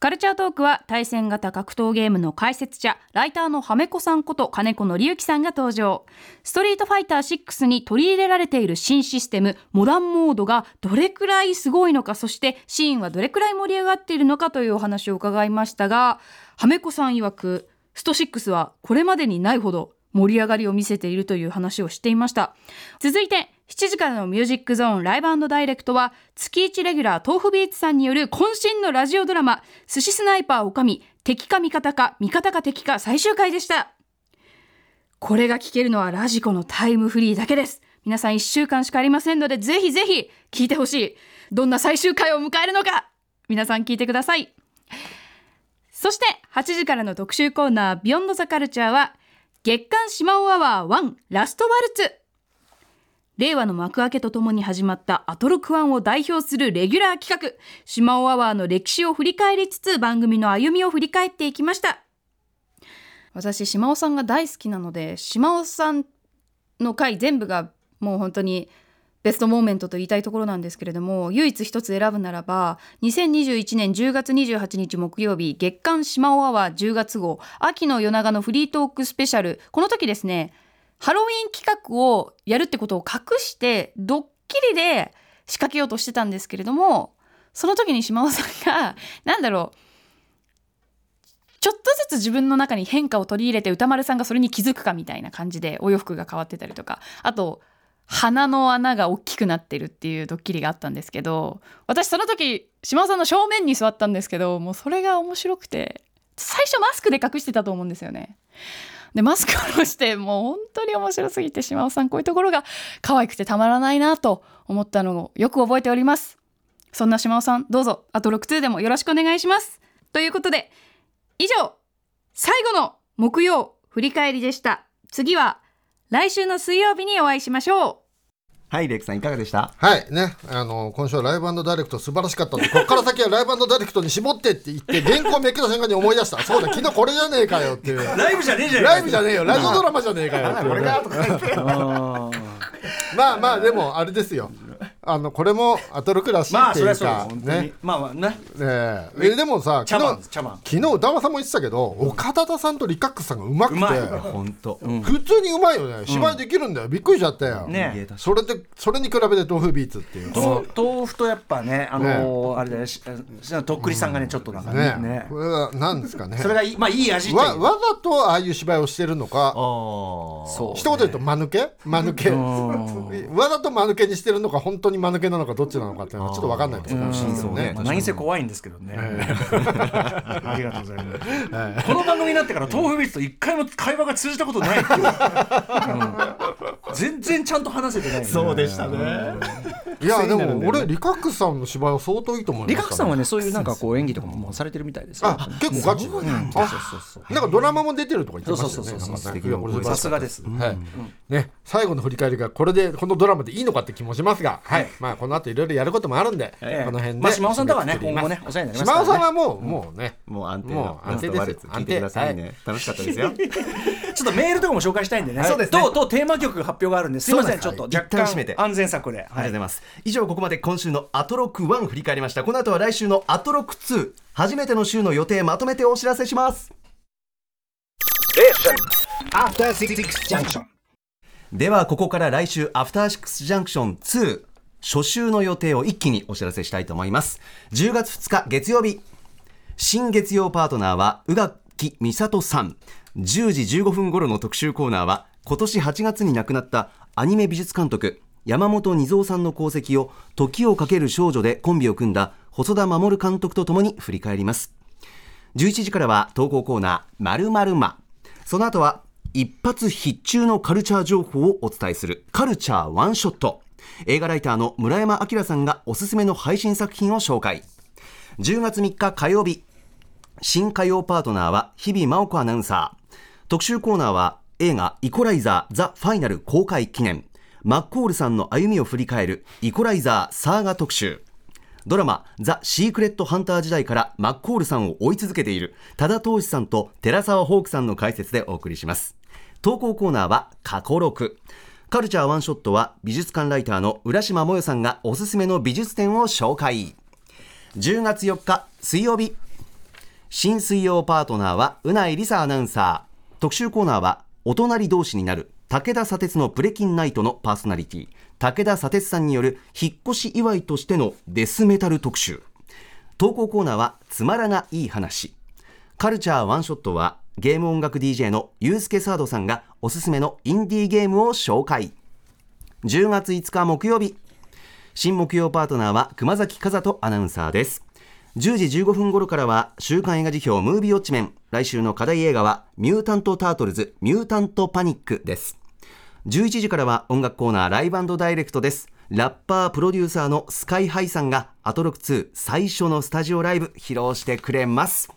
カルチャートークは対戦型格闘ゲームの解説者ライターのハメ子さんこと金子紀之さんが登場ストリートファイター6に取り入れられている新システムモダンモードがどれくらいすごいのかそしてシーンはどれくらい盛り上がっているのかというお話を伺いましたがハメ子さん曰くスト6はこれまでにないほど盛り上がりを見せているという話をしていました続いて7時からのミュージックゾーンライブダイレクトは月1レギュラー豆腐ビーツさんによる渾身のラジオドラマ「寿司スナイパーおかみ敵か味方か味方か敵か」最終回でしたこれが聞けるのはラジコのタイムフリーだけです皆さん1週間しかありませんのでぜひぜひ聞いてほしいどんな最終回を迎えるのか皆さん聞いてくださいそして8時からの特集コーナービヨンドザカルチャーは月刊島尾アワー1ラストワルツ令和の幕開けとともに始まったアトロクワンを代表するレギュラー企画島尾アワーの歴史を振り返りつつ番組の歩みを振り返っていきました私島尾さんが大好きなので島尾さんの回全部がもう本当にベストモーメントと言いたいところなんですけれども唯一一つ選ぶならば2021年10月28日木曜日月刊島尾アワー10月号秋の夜長のフリートークスペシャルこの時ですねハロウィン企画をやるってことを隠してドッキリで仕掛けようとしてたんですけれどもその時に島尾さんがなんだろうちょっとずつ自分の中に変化を取り入れて歌丸さんがそれに気づくかみたいな感じでお洋服が変わってたりとかあと鼻の穴が大きくなってるっていうドッキリがあったんですけど私その時島尾さんの正面に座ったんですけどもうそれが面白くて最初マスクで隠してたと思うんですよね。でマスクを下ろしてもう本当に面白すぎて島尾さんこういうところが可愛くてたまらないなと思ったのをよく覚えておりますそんな島尾さんどうぞあと6-2でもよろしくお願いしますということで以上最後の木曜振り返りでした次は来週の水曜日にお会いしましょうはいレックさんいかがでしたはいね、あの今週はライブダイレクト素晴らしかったんで、ここから先はライブダイレクトに絞ってって言って、原稿めくった瞬間に思い出した、そうだ、昨日これじゃねえかよっていう、 ライブじゃねえじゃんライブじゃねえよ、ラジオドラマじゃねえかよっていうね、 まあまあ、でもあれですよ、あのこれもアトロクらしいまっあてそいりゃうそうです本か、当にね。まあまあねねええでもさ、茶昨番日茶番昨日歌丸さんも言ってたけど、岡田さんとリカックさんがうまくうまいて、本当、普通にうまいよね、芝居できるんだよ、びっくりしちゃったよ。ねそれでそれに比べて豆腐ビーツっていうこのと豆腐とやっぱねあのーあれだよししとっくりさんがねちょっとなんかねねねこれは何ですかねそれがいいまあいい味っていわうわざとああいう芝居をしてるのかああそう一言言うと間抜け間抜け わざと間抜けにしてるのか本当に間抜けなのかどっちなのかっていうのはちょっと分かんないところかもしれないですようんねまあ何せ怖いんですけどね。 ありがとうございます。この番組になってから豆腐ビーツと一回も会話が通じたことない っていううん全然ちゃんと話せてない。そうでしたねいやでも俺リカックさんの芝居は相当いいと思いまリしたカクさんはねそういうなんかこう演技とかももうされてるみたいですよ。あ結構ガチそうそうそう。なんかドラマも出てるとか言ってましたよねそうそうそうそうなんかねいやこれ素晴らさしすかっがです。たはいね最後の振り返りがこれでこのドラマでいいのかって気もしますがはいまあこの後いろいろやることもあるんでこええの辺でまあ島尾さんとはね締めくくり今ます後ねお世話になりますか島ら尾ね。さんはもうもうねもう安定ものう安定でラストワすルツ聞いてくださいね楽しかったです よちょっとメールとかも紹介したいんでね。そうですねとうとうテーマ曲発表があるんです。すいませんちょっとはい一若旦締めて干安全策で。ありがとうございます。以上、ここまで今週のアトロク1振り返りました。この後は来週のアトロク2、初めての週の予定まとめてお知らせします。では、ここから来週、アフターシックスジャンクション2、初週の予定を一気にお知らせしたいと思います。10月2日月曜日、新月曜パートナーは宇垣美里さん10時15分頃の特集コーナーは今年8月に亡くなったアニメ美術監督山本二三さんの功績を「時をかける少女」でコンビを組んだ細田守監督とともに振り返ります11時からは投稿コーナー「まるまるま」その後は一発必中のカルチャー情報をお伝えする「カルチャーワンショット」映画ライターの村山明さんがおすすめの配信作品を紹介10月3日火曜日新火曜パートナーは日々真央子アナウンサー特集コーナーは映画「イコライザー・ザ・ファイナル」公開記念マッコールさんの歩みを振り返る「イコライザー・サーガ」特集ドラマ「ザ・シークレット・ハンター」時代からマッコールさんを追い続けている多田投資さんと寺澤ホークさんの解説でお送りします投稿コーナーは「過去6」カルチャーワンショットは美術館ライターの浦島もよさんがおすすめの美術展を紹介10月4日水曜日新水曜パートナーはうないりさアナウンサー特集コーナーはお隣同士になる武田砂鉄のプレキンナイトのパーソナリティ武田砂鉄さんによる引っ越し祝いとしてのデスメタル特集投稿コーナーはつまらないい話カルチャーワンショットはゲーム音楽 DJ のユースケサードさんがおすすめのインディーゲームを紹介10月5日木曜日新木曜パートナーは熊崎和人アナウンサーです10時15分頃からは週刊映画辞表ムービーウォッチメン来週の課題映画はミュータント・タートルズミュータント・パニックです11時からは音楽コーナーライブダイレクトですラッパープロデューサーのスカイハイさんがアトロク2最初のスタジオライブ披露してくれます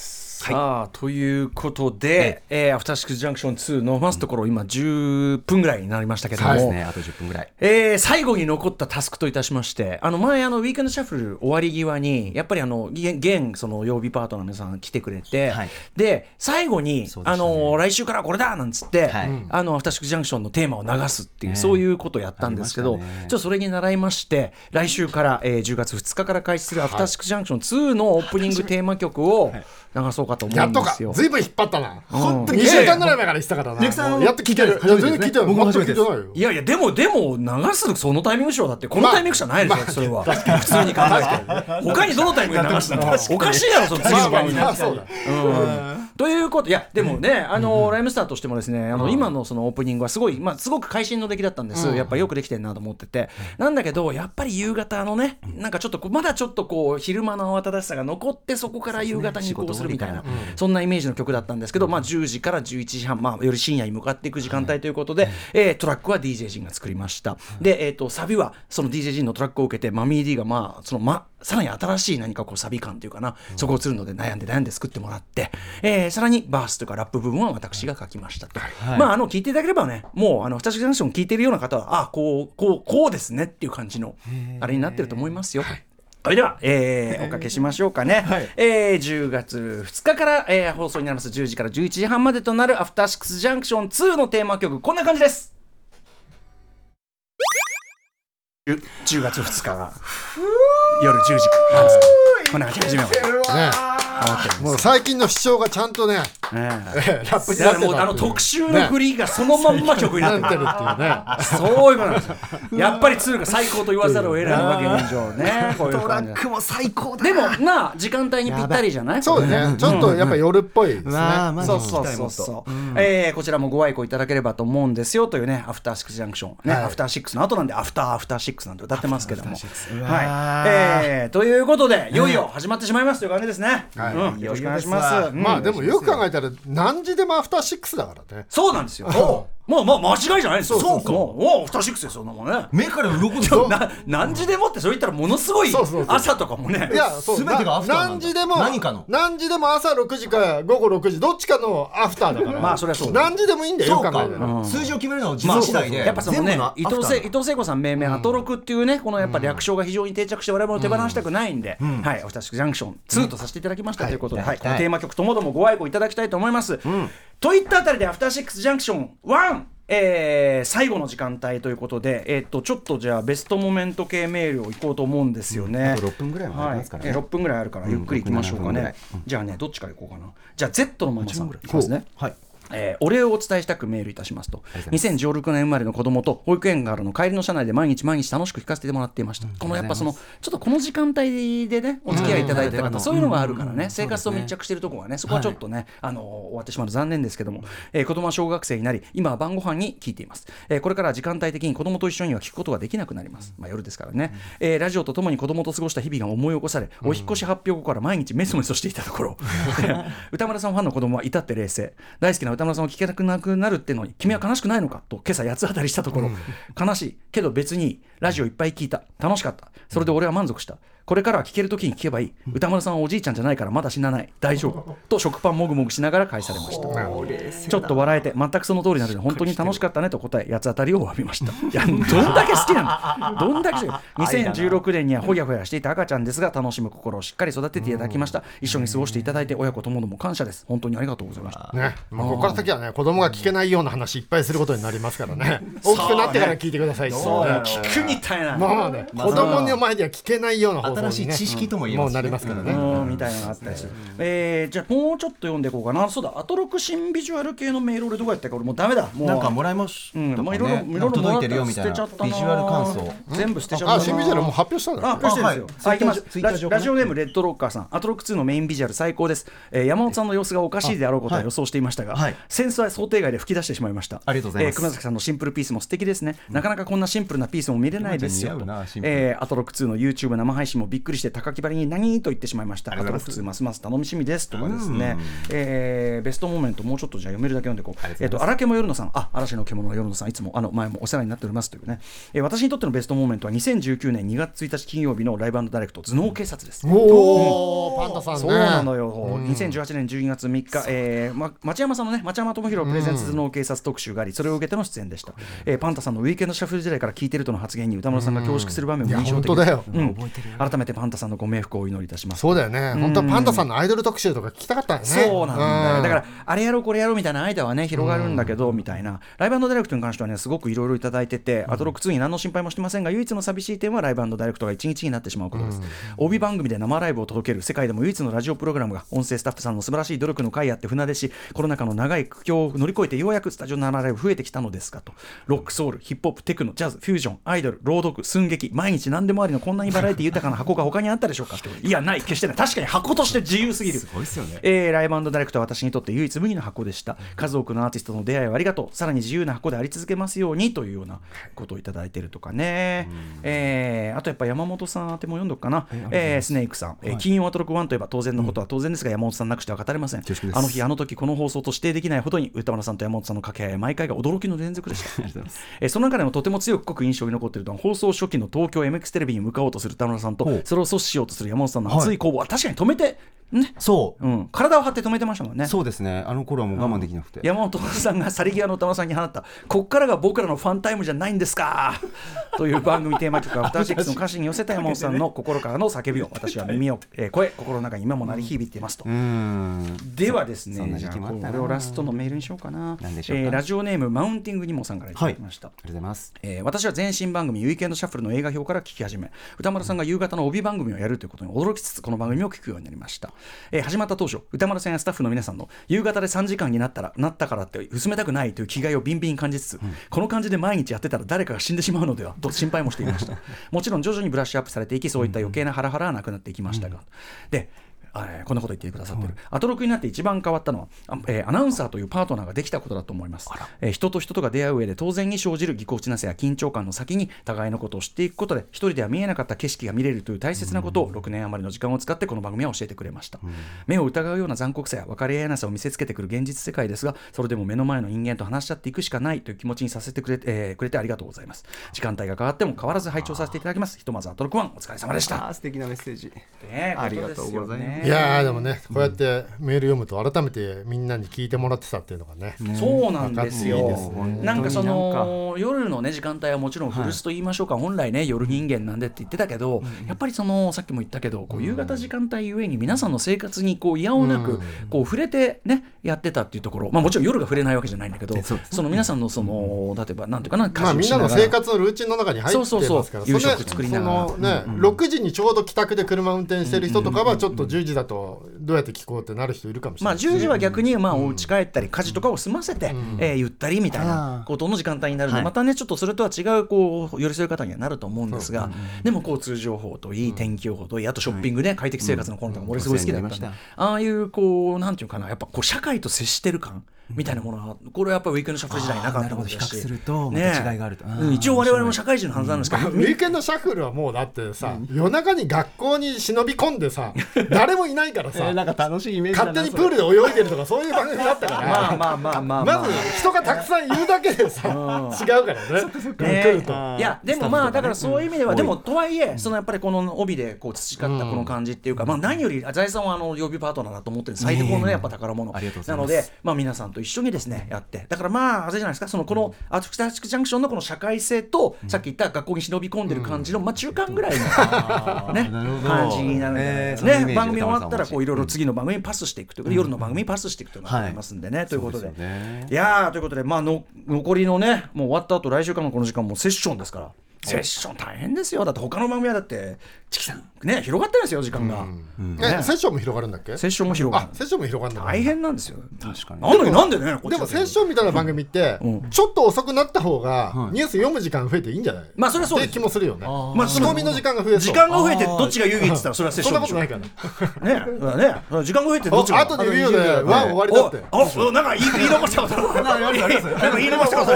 さあということで、えーアフターシックスジャンクション2のますところ、今10分ぐらいになりましたけども、そうですねあと10分ぐらいえー最後に残ったタスクといたしまして、あの前、あのウィークエンドシャッフル終わり際に、やっぱりあのげ現その曜日パートナーの皆さん来てくれて、はいで最後に、そうであしたねの来週からこれだなんつって、はいあのアフターシックスジャンクションのテーマを流すっていう、ねそういうことをやったんですけあど、りましたねちょっとそれに習いまして、来週から、えー10月2日から開始するアフターシックスジャンクション2のオープニングテーマ曲を流そうかと思やうっんとでかすよ。ずいぶん引っ張ったな本当に2週間ぐらい前から言ってたからなクさんもうやっと聞いてるいや初めてです全然ね聞いてない僕も初めて全ですく聞いてないよいやいやでもでも流すそのタイミングショーだってこのまあタイミングしかないでしょ、それは普通に考えて他にどのタイミングで流したのおかしいやろその次まあのまあ番組まあそうだということいやでもね、あのライムスターとしてもですねあの、今のそのオープニングはすごい、まあ、すごく会心の出来だったんです、やっぱよくできてるなと思ってて、なんだけどやっぱり夕方のねなんかちょっとこうまだちょっとこう昼間の慌ただしさが残ってそこから夕方に移行するみたいなそ,、んなイメージの曲だったんですけど、まあ、10時から11時半、まあ、より深夜に向かっていく時間帯ということで、えートラックは DJ 陣が作りました、で、えー、とサビはその DJ 陣のトラックを受けてマミー D がまあそのまさらに新しい何かこうサビ感というかな、そこをつるので悩んで悩んで作ってもらって、えーさらにバースというかラップ部分は私が書きましたと、まああの聞いていただければねもうあの「ふたしジャンクション」聞いてるような方はあこうこうこうですねっていう感じのあれになってると思いますよ。それでは、えーおかけしましょうかね、えー10月2日から、えー放送になります10時から11時半までとなる「アフターシックスジャンクション2」のテーマ曲こんな感じです10 10月2日が夜10時からなんですこんな感じで始めようとね思ってるんでもすう最近の主張がちゃんとねねえラップにだかならってもうたあの特集の振りがそのまんま曲になっなっててるるっていうねそういうことなんですよ。やっぱりツールが最高と言わざるを得ないわけ現状ね。こういうトラ感じックも最高だでもなあ時間帯にぴったりじゃない？そうねちょっとやっぱ夜っぽいですねまあまあそうそうそうそう、えーこちらもご愛顧いただければと思うんですよというねアフターシックスジャンクション、ねアフターシックスの後なんでアフターアフターシックスなんて歌ってますけどもはい、えーということでいよいよ始まってしまいますという感じですね、うん、よろしくお願いします、うんまあでもよく考えたら何時でもアフターシックスだからねそうなんですよもうまあ間違いじゃないですよそうかもうおうアフターシックスですよそんなもんね目から鱗でな何時でもってそれ言ったらものすごいそうそうそう朝とかもねいやそう全てがアフターなんだ何時でも何かの何時でも朝6時か午後6時どっちかのアフターだからまあそりゃそうだ何時でもいいんだよよそくう考かえたら数字を決めるのは自分次第でやっぱその全ね部の伊藤聖伊藤聖子さん命名アトロクっていうねこのやっぱ略称が非常に定着して我々も手放したくないんで、はいおたしくジャンクション2とさせていただきましたということで、はいこのテーマ曲ともどもご愛顧いただきたいと思います、といったあたりでアフターシックスジャンクション1えー最後の時間帯ということで、えーっとちょっとじゃあベストモメント系メールをいこうと思うんですよね。と6分ぐらいはありますからねはいえー6分ぐらいあるからゆっくりいきましょうかうん6分ぐらねい。じゃあねどっちからいこうかな。じゃあ Z のママさんいきますね。はいえーお礼をお伝えしたくメールいたしますと2016年生まれの子供と保育園があるの帰りの車内で毎日毎日楽しく聞かせてもらっていました、このやっぱそのちょっとこの時間帯でねお付き合いいただいてた方、そういうのがあるからね、生活と密着してるところはねそこはちょっとね、あのー終わってしまうの残念ですけども、えー子供は小学生になり今は晩ご飯に聞いています、えーこれからは時間帯的に子供と一緒には聞くことができなくなります、まあ、夜ですからね、えーラジオとともに子供と過ごした日々が思い起こされお引っ越し発表後から毎日メソメソしていたところ歌村さんファンの子供は至って冷静大好きな歌村さんを聞けなくなるってのに君は悲しくないのかと今朝八つ当たりしたところ、悲しいけど別にいいラジオいっぱい聞いた楽しかったそれで俺は満足したこれからは聞ける時に聞けばいい歌丸さんはおじいちゃんじゃないからまだ死なない大丈夫と食パンもぐもぐしながら返されましたちょっと笑えて全くその通りなので本当に楽しかったねと答え八つ当たりを詫びました いやどんだけ好きなのどんだ け好きなの2016年にはほやほやしていた赤ちゃんですが楽しむ心をしっかり育てていただきました一緒に過ごしていただいて親子ともども感謝です本当にありがとうございましたね、まあ、ここから先はね、子供が聞けないような話いっぱいすることになりますからね。大きくなってから聞いてください。そうね聞くみたいなまあね、子供の前では聞けないような放送にね新しい知識とも言えもまうすなねりますからね。うんみたいなのがあったりする、えーじゃあもうちょっと読んでいこうかなそうだアトロク新ビジュアル系のメール俺どこやったか俺もうダメだもうなんかもらいましたうん、まあいろいろいろいろ届いてるよみたいもらなったらビ捨ジてちュゃアったル感な想全部捨てちゃったなあ、新ビジュアルもう発表したんだあ、っけ。ポしてるんですよ。あははいい、行きましょツイうッター上ラジオかなラジオネームレッドロッカーさん、アトロック2のメインビジュアル最高です。えー山本さんの様子がおかしいであろうことは予想していましたが、あはいセンスは想定外で吹き出してしまいました。ありがとうございますえー熊崎さんのシンプルピースも素敵ですね。なかなかこんなシンプルなピースも見れないですよ。熊とちゃん似合うなシンプルえーアトロック2の YouTube 生配信もびっくりして高木張りに何と言ってしまいました。アトロック2ますます楽しみですとかですね。えーベストモーメントもうちょっとじゃあ読めるだけ読んでいこう。えっと荒毛も夜野さん、あ嵐の獣の夜野さんいつもあの前もお世話になっておりますというね。えー私にとってのベストモーメントは2019年2月1日金曜日のライブダイレクト頭脳警察です。おお、パンダさんね。そうなのよ、2018年12月3日、えーま、町山さんのね、町山智弘プレゼンツ頭脳警察特集があり、それを受けての出演でした、えーパンタさんのウィーケンドシャッフル時代から聞いてるとの発言に歌丸さんが恐縮する場面も印象的いや本当だようん改めてパンタさんのご冥福をお祈りいたします。そうだよね。本当はパンダさんのアイドル特集とか聞きたかったよね。そうなんだよ、うだからあれやろうこれやろうみたいな間はね広がるんだけど、みたいなライブダイレクトに関してはねすごくいろいろいただいてて、アトロック2に何の心配もしてませんが唯一の寂しい点はライブダイレクトが1日になってしまうことです、帯番組で生ライブを届ける世界でも唯一のラジオプログラムが音声スタッフさんの素晴らしい努力の回あって船出しコロナ禍の長い苦境を乗り越えてようやくスタジオの生ライブ増えてきたのですがとロックソウルヒップホップテクノジャズフュージョンアイドル朗読寸劇毎日何でもありのこんなにバラエティ豊かな箱が他にあったでしょうかいやない決してない確かに箱として自由すぎるすごいですよね、えーライブダイレクトは私にとって唯一無二の箱でした数多くのアーティストの出会いをありがとうさらに自由な箱であり続けますようにというようなことをいただいてるとかね、えーあとやっぱ山本さん宛ても読んどくかな、えースネークさん、えー金曜アトロク1といえば当然のことは当然ですが、山本さんなくしては語れません縮ですあの日あの時この放送と指定できないほどに歌丸さんと山本さんの掛け合い毎回が驚きの連続でしたえーその中でもとても強く濃く印象に残っているのは放送初期の東京 MX テレビに向かおうとする歌丸さんとそれを阻止しようとする山本さんの熱い攻防は確かに止めてねそううん、体を張って止めてましたもんね。そうですねあの頃はもう我慢できなくて山本さんが去り際の歌丸さんに放った「こっからが僕らのファンタイムじゃないんで すか!」という番組テーマ曲「アフターシックスの歌詞に寄せた山本さんの心からの叫びを私は 耳を、えー声心の中に今も鳴り響いていますとうーんではですねそん、なじ時ゃあ期もあったなこれをラストのメールにしようかな。何でしょうかえーラジオネーム、マウンティングにもさんからいたはいあだりがきまとした。うございますえー私は前身番組「ウィークエンドシャッフル」の映画表から聞き始め歌丸さんが夕方の帯番組をやるということに驚きつつこの番組を聞くようになりました、えー始まった当初歌丸さんやスタッフの皆さんの夕方で3時間になったらなったからって薄めたくないという気概をビンビン感じつつ、この感じで毎日やってたら誰かが死んでしまうのではと心配もしていましたもちろん徐々にブラッシュアップされていきそういった余計なハラハラはなくなっていきましたが、であれこんなこと言ってくださってる、アトロクになって一番変わったのはあえーアナウンサーというパートナーができたことだと思います、えー人と人とが出会う上で当然に生じるぎこちなさや緊張感の先に互いのことを知っていくことで一人では見えなかった景色が見れるという大切なことを6年余りの時間を使ってこの番組は教えてくれました、目を疑うような残酷さや分かり合えなさを見せつけてくる現実世界ですがそれでも目の前の人間と話し合っていくしかないという気持ちにさせてくれ,、えーくれてありがとうございます時間帯が変わっても変わらず拝聴させていただきますひとまずアトロクワンお疲れ様でしたあー素敵なメッセージねありがとうございますことですよねいやーでもね、こうやってメール読むと改めてみんなに聞いてもらってたっていうのがね。そうなんですよ。わかっていいですねなんかその夜のね時間帯はもちろん古巣と言いましょうか、本来ね夜人間なんでって言ってたけど、やっぱりそのさっきも言ったけどこう夕方時間帯ゆえに皆さんの生活にこう嫌をなく、こう触れてねやってたっていうところ、まあもちろん夜が触れないわけじゃないんだけど、その皆さんのその例えばなんていうかな家まあ、事をみしんながらの生活のルーチンの中に入ってますからそうそうそうれ夕食作りながらそのね、6時にちょうど帰宅で車運転してる人とかはちょっと10時だとどうやって聞こうってなる人いるかもしれまなあ、い、 10時は逆にまあお家帰ったり家事とかを済ませて、えーゆったりみたいなことの時間帯になるの、はいまたねちょっとそれとは違うこう寄り添い方にはなると思うんですが、でも交通情報といい天気予報といいあとショッピングね、快適生活のコロナとかも俺すごい好きだったんで、うんお世話になりまああいうこうなんていうかなやっぱこう社会と接してる感みたいなものはこれはやっぱりウィークエンドシャッフル時代になかったことだしあーなるほど比較するとねまた違いがあるとあーうん一応我々も社会人のはずなんですけど、ウィークエンドシャッフルはもうだってさ、夜中に学校に忍び込んでさ誰もいないからさ、なんか楽しいイメージ勝手にプールで泳いでるとかそういう番組だったから、まあまあまあまあまず人がたくさんいるだけでさ、違うからね。来ると。いやでもまあだからそういう意味ではでもとはいえそのやっぱりこの帯でこう培ったこの感じっていうかまあ何より財産はあの曜日パートナーだと思ってる最高のねやっぱ宝物ありがとうございなのますでまあ皆さんと一緒にですねやってだからまああれじゃないですかそのこのアトクジャンクションのこの社会性とさっき言った学校に忍び込んでる感じのまあ中間ぐらいのねなるほど感じになるんじゃないえーですそかのイメーねジ番組終わった歌丸らさんこはういろいろ次の番組にパスしていくというか夜の番組にパスしていくというのがありますんでねということでそうですよねいやーということで、まあ、の残りのねもう終わった後来週からのこの時間もうセッションですからセッション大変ですよだって他の番組はだってチキさんね広がってるんですよ時間が、え、セッションも広がるんだっけ？セッションも広がある、セッションも広がるんだ。大変なんですよ確かになのになんでねこっちではもセッションみたいな番組って、ちょっと遅くなった方がニュース読む時間増えていいんじゃない？まあそれはそうっですて気もするよね。ままああそ仕の込みの時間が増えそう。時間が増えてどっちが有利って言ったらそれはセッシそんョなンでしことょなねいかだから。らね時間が増えてどっちがあとで言うよね。ワン終わりだって。おおおなんか言い言い残したことなんか言い残したこと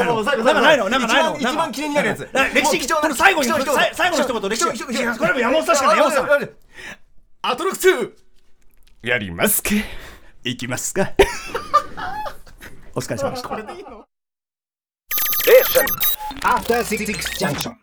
ないのなんかないのなんかないの一番一番記念になるやつな歴史貴重な最後にさい最後の一言歴史貴重なこれは山本さんしかない山本さんアトロック2やりますけ行きますか お疲れ様でしたアフターシックスジャンクション